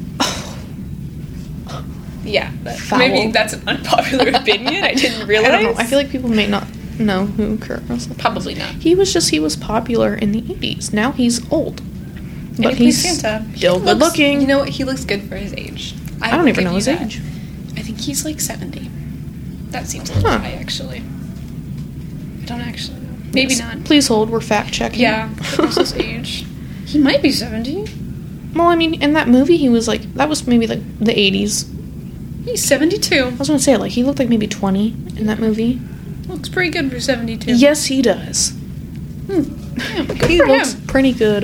[SPEAKER 2] Yeah, that,
[SPEAKER 1] Foul.
[SPEAKER 2] maybe that's an unpopular opinion. I didn't realize.
[SPEAKER 1] I don't know. I feel like people may not know who Kurt Russell is.
[SPEAKER 2] probably not.
[SPEAKER 1] He was just he was popular in the eighties. Now he's old,
[SPEAKER 2] And
[SPEAKER 1] but
[SPEAKER 2] he plays
[SPEAKER 1] he's
[SPEAKER 2] Santa.
[SPEAKER 1] still
[SPEAKER 2] He
[SPEAKER 1] good
[SPEAKER 2] looks-
[SPEAKER 1] looking.
[SPEAKER 2] You know what? He looks good for his age.
[SPEAKER 1] I don't
[SPEAKER 2] will
[SPEAKER 1] even
[SPEAKER 2] give
[SPEAKER 1] know
[SPEAKER 2] you
[SPEAKER 1] his
[SPEAKER 2] that.
[SPEAKER 1] age.
[SPEAKER 2] I think he's like seventy. That seems a little
[SPEAKER 1] Huh.
[SPEAKER 2] high, actually. I don't actually. know. Maybe
[SPEAKER 1] Yes.
[SPEAKER 2] not.
[SPEAKER 1] Please hold. We're fact checking.
[SPEAKER 2] Yeah, what's his age? He might be 70.
[SPEAKER 1] well, I mean, in that movie, he was like that was maybe like the eighties.
[SPEAKER 2] He's 72.
[SPEAKER 1] I was gonna say like he looked like maybe twenty in that movie.
[SPEAKER 2] Looks pretty good for 72.
[SPEAKER 1] Yes, he does.
[SPEAKER 2] Hmm. Yeah, good
[SPEAKER 1] he
[SPEAKER 2] for
[SPEAKER 1] looks
[SPEAKER 2] him.
[SPEAKER 1] pretty good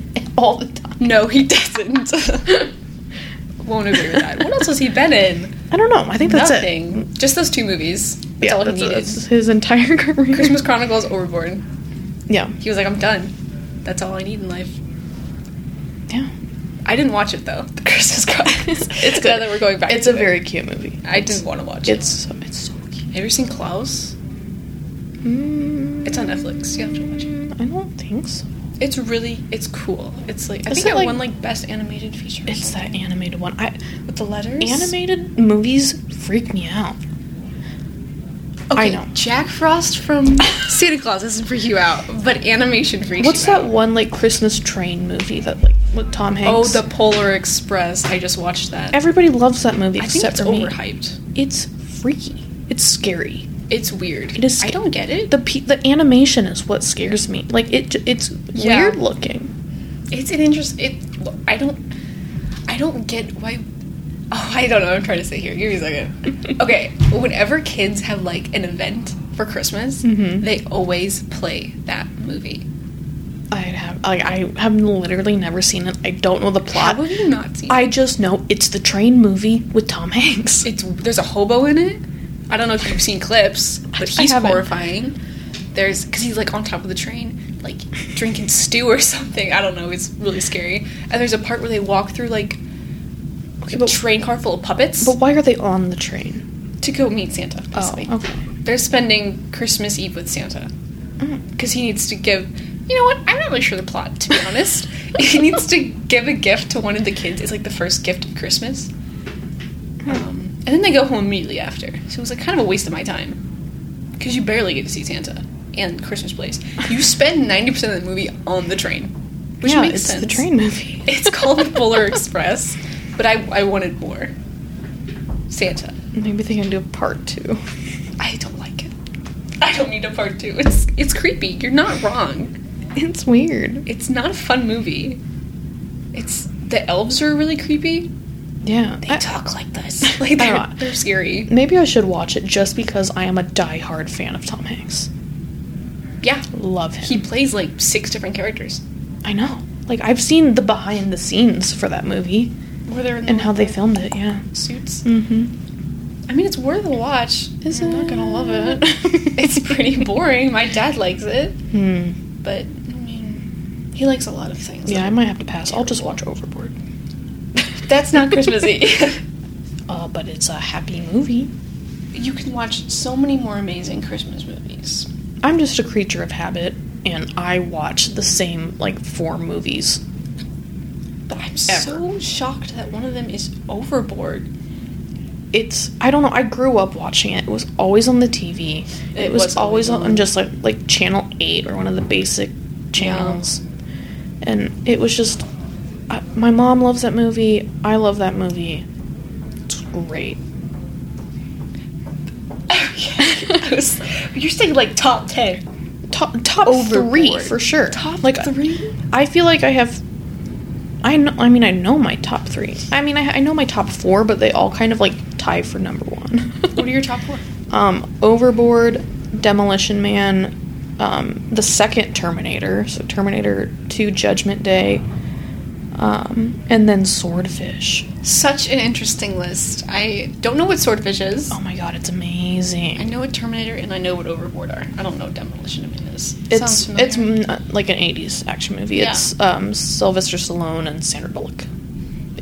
[SPEAKER 1] all the time.
[SPEAKER 2] No, he doesn't. Won't agree with that. What else has he been in?
[SPEAKER 1] I don't know. I think that's
[SPEAKER 2] Nothing.
[SPEAKER 1] it.
[SPEAKER 2] Just those two movies. That's
[SPEAKER 1] yeah,
[SPEAKER 2] all he
[SPEAKER 1] that's,
[SPEAKER 2] needed.
[SPEAKER 1] that's his entire career.
[SPEAKER 2] Christmas Chronicles Overboard.
[SPEAKER 1] Yeah,
[SPEAKER 2] He was like, I'm done. That's all I need in life.
[SPEAKER 1] yeah.
[SPEAKER 2] I didn't watch it though. The Christmas Chronicles.
[SPEAKER 1] It's good.
[SPEAKER 2] Now that we're going back.
[SPEAKER 1] It's
[SPEAKER 2] to
[SPEAKER 1] a
[SPEAKER 2] it.
[SPEAKER 1] very cute movie.
[SPEAKER 2] I didn't want to watch it.
[SPEAKER 1] It's so, it's so cute.
[SPEAKER 2] Have you ever seen Klaus?
[SPEAKER 1] Mm,
[SPEAKER 2] It's on Netflix. You have to watch it.
[SPEAKER 1] I don't think so.
[SPEAKER 2] It's really, it's cool. It's like I
[SPEAKER 1] Is
[SPEAKER 2] think
[SPEAKER 1] it
[SPEAKER 2] it
[SPEAKER 1] like-
[SPEAKER 2] won like best animated feature. or
[SPEAKER 1] It's that
[SPEAKER 2] something.
[SPEAKER 1] animated one. I
[SPEAKER 2] with the letters.
[SPEAKER 1] animated movies freak me out. I know.
[SPEAKER 2] Jack Frost from Santa Claus doesn't freak you out, but animation freaks
[SPEAKER 1] What's
[SPEAKER 2] you
[SPEAKER 1] that
[SPEAKER 2] out.
[SPEAKER 1] one like Christmas train movie that like with Tom
[SPEAKER 2] Oh,
[SPEAKER 1] Hanks?
[SPEAKER 2] the Polar Express. I just watched that.
[SPEAKER 1] everybody loves that movie
[SPEAKER 2] I think
[SPEAKER 1] except
[SPEAKER 2] it's
[SPEAKER 1] for me.
[SPEAKER 2] overhyped.
[SPEAKER 1] It's freaky. It's scary.
[SPEAKER 2] It's weird.
[SPEAKER 1] It is
[SPEAKER 2] I
[SPEAKER 1] sc-
[SPEAKER 2] don't get it.
[SPEAKER 1] The pe- the animation is what scares me. Like it j- it's
[SPEAKER 2] Yeah.
[SPEAKER 1] weird looking.
[SPEAKER 2] it's an interest. It. I don't. I don't get why. Oh, I don't know. what I'm trying to say here. Give me a second. okay. Whenever kids have like an event for Christmas,
[SPEAKER 1] Mhm.
[SPEAKER 2] they always play that movie.
[SPEAKER 1] I have like I have literally never seen it. I don't know the
[SPEAKER 2] How
[SPEAKER 1] plot.
[SPEAKER 2] have you not seen?
[SPEAKER 1] I just know it's the train movie with Tom Hanks.
[SPEAKER 2] it's there's a hobo in it. I don't know if you've seen clips, but
[SPEAKER 1] I
[SPEAKER 2] he's
[SPEAKER 1] haven't.
[SPEAKER 2] horrifying. There's because he's like on top of the train, like drinking stew or something. I don't know. It's really scary. And there's a part where they walk through like
[SPEAKER 1] Okay,
[SPEAKER 2] a
[SPEAKER 1] but-
[SPEAKER 2] train car full of puppets
[SPEAKER 1] But why are they on the train?
[SPEAKER 2] to go meet Santa. Basically.
[SPEAKER 1] Oh, okay.
[SPEAKER 2] They're spending Christmas Eve with Santa
[SPEAKER 1] Mm.
[SPEAKER 2] because he needs to give. You know what? I'm not really sure the plot, to be honest. he needs to give a gift to one of the kids. It's like the first gift of Christmas.
[SPEAKER 1] Mm-hmm.
[SPEAKER 2] Um, and then they go home immediately after. So it was like kind of a waste of my time because you barely get to see Santa and Christmas Place. You spend 90% of the movie on the train, which
[SPEAKER 1] yeah,
[SPEAKER 2] makes
[SPEAKER 1] it's
[SPEAKER 2] sense.
[SPEAKER 1] the train movie.
[SPEAKER 2] It's called the Polar Express, but I, I wanted more. Santa.
[SPEAKER 1] Maybe they can do a part two.
[SPEAKER 2] I don't like it. I don't need a part two. It's it's creepy. You're not wrong.
[SPEAKER 1] It's weird.
[SPEAKER 2] It's not a fun movie. It's the elves are really creepy.
[SPEAKER 1] Yeah.
[SPEAKER 2] They
[SPEAKER 1] I-
[SPEAKER 2] talk like this. Like
[SPEAKER 1] I
[SPEAKER 2] they're,
[SPEAKER 1] don't-
[SPEAKER 2] they're scary.
[SPEAKER 1] maybe I should watch it just because I am a diehard fan of Tom Hanks.
[SPEAKER 2] Yeah.
[SPEAKER 1] Love him.
[SPEAKER 2] He plays like six different characters.
[SPEAKER 1] I know. Like I've seen the behind the scenes for that movie
[SPEAKER 2] Where they're in
[SPEAKER 1] and how they filmed it. Yeah.
[SPEAKER 2] suits.
[SPEAKER 1] Mm-hmm.
[SPEAKER 2] Mm. I mean, it's worth a watch.
[SPEAKER 1] Is
[SPEAKER 2] You're not gonna love it.
[SPEAKER 1] it?
[SPEAKER 2] it's pretty boring. My dad likes it,
[SPEAKER 1] Hmm.
[SPEAKER 2] but I mean, he likes a lot of things.
[SPEAKER 1] Yeah, I might have to pass. I'll just watch Overboard.
[SPEAKER 2] That's not Christmassy.
[SPEAKER 1] uh, but it's a happy movie.
[SPEAKER 2] you can watch so many more amazing Christmas movies.
[SPEAKER 1] I'm just a creature of habit, and I watch the same like four movies
[SPEAKER 2] But I'm
[SPEAKER 1] ever.
[SPEAKER 2] so shocked that one of them is overboard.
[SPEAKER 1] it's I don't know. I grew up watching it. It was always on the TV. It,
[SPEAKER 2] It
[SPEAKER 1] was,
[SPEAKER 2] was
[SPEAKER 1] always
[SPEAKER 2] always
[SPEAKER 1] on,
[SPEAKER 2] on.
[SPEAKER 1] just like like channel eight or one of the basic channels, and it was just. I, my mom loves that movie. I love that movie. It's great.
[SPEAKER 2] I was- you're saying like top ten,
[SPEAKER 1] Top top three
[SPEAKER 2] Overboard.
[SPEAKER 1] for sure.
[SPEAKER 2] top
[SPEAKER 1] like uh,
[SPEAKER 2] three.
[SPEAKER 1] I feel like I have. I know. I mean, I know my top three. I mean, I, I know my top four, but they all kind of like tie for number one.
[SPEAKER 2] What are your top four?
[SPEAKER 1] Um, Overboard, Demolition Man, um, the second Terminator, so Terminator 2 Judgment Day, um, and then Swordfish.
[SPEAKER 2] Such an interesting list. I don't know what Swordfish is.
[SPEAKER 1] Oh my god, it's
[SPEAKER 2] I
[SPEAKER 1] amazing.
[SPEAKER 2] know what Terminator and I know what Overboard are. I don't know what Demolition Man is.
[SPEAKER 1] It's it's mm, like an 80s action movie.
[SPEAKER 2] Yeah.
[SPEAKER 1] It's um, Sylvester Stallone and Sandra Bullock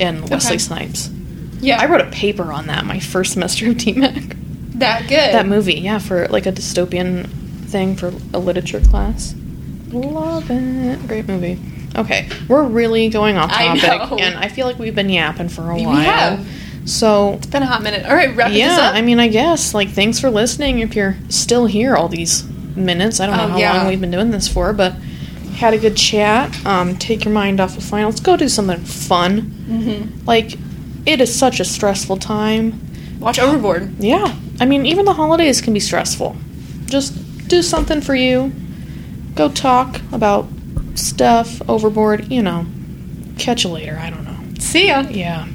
[SPEAKER 1] and Wesley
[SPEAKER 2] Okay.
[SPEAKER 1] Snipes.
[SPEAKER 2] yeah.
[SPEAKER 1] I wrote a paper on that my first semester of DMAC.
[SPEAKER 2] that good.
[SPEAKER 1] That movie, yeah, for like a dystopian thing for a literature class. Love it. Great movie. Okay, we're really going off
[SPEAKER 2] I
[SPEAKER 1] topic,
[SPEAKER 2] know.
[SPEAKER 1] and I feel like we've been yapping for a
[SPEAKER 2] We
[SPEAKER 1] while.
[SPEAKER 2] have.
[SPEAKER 1] So,
[SPEAKER 2] It's been a hot minute. All right, wrapping
[SPEAKER 1] yeah,
[SPEAKER 2] this up.
[SPEAKER 1] I mean, I guess like thanks for listening. If you're still here all these minutes, I don't know
[SPEAKER 2] Oh,
[SPEAKER 1] how
[SPEAKER 2] yeah.
[SPEAKER 1] long we've been doing this for, but had a good chat. Um, take your mind off of finals. Go do something fun.
[SPEAKER 2] mm-hmm.
[SPEAKER 1] Like it is such a stressful time.
[SPEAKER 2] watch Overboard.
[SPEAKER 1] Yeah. I mean, even the holidays can be stressful. Just do something for you. Go talk about stuff overboard, you know. Catch you later. I don't know.
[SPEAKER 2] See ya.
[SPEAKER 1] Yeah.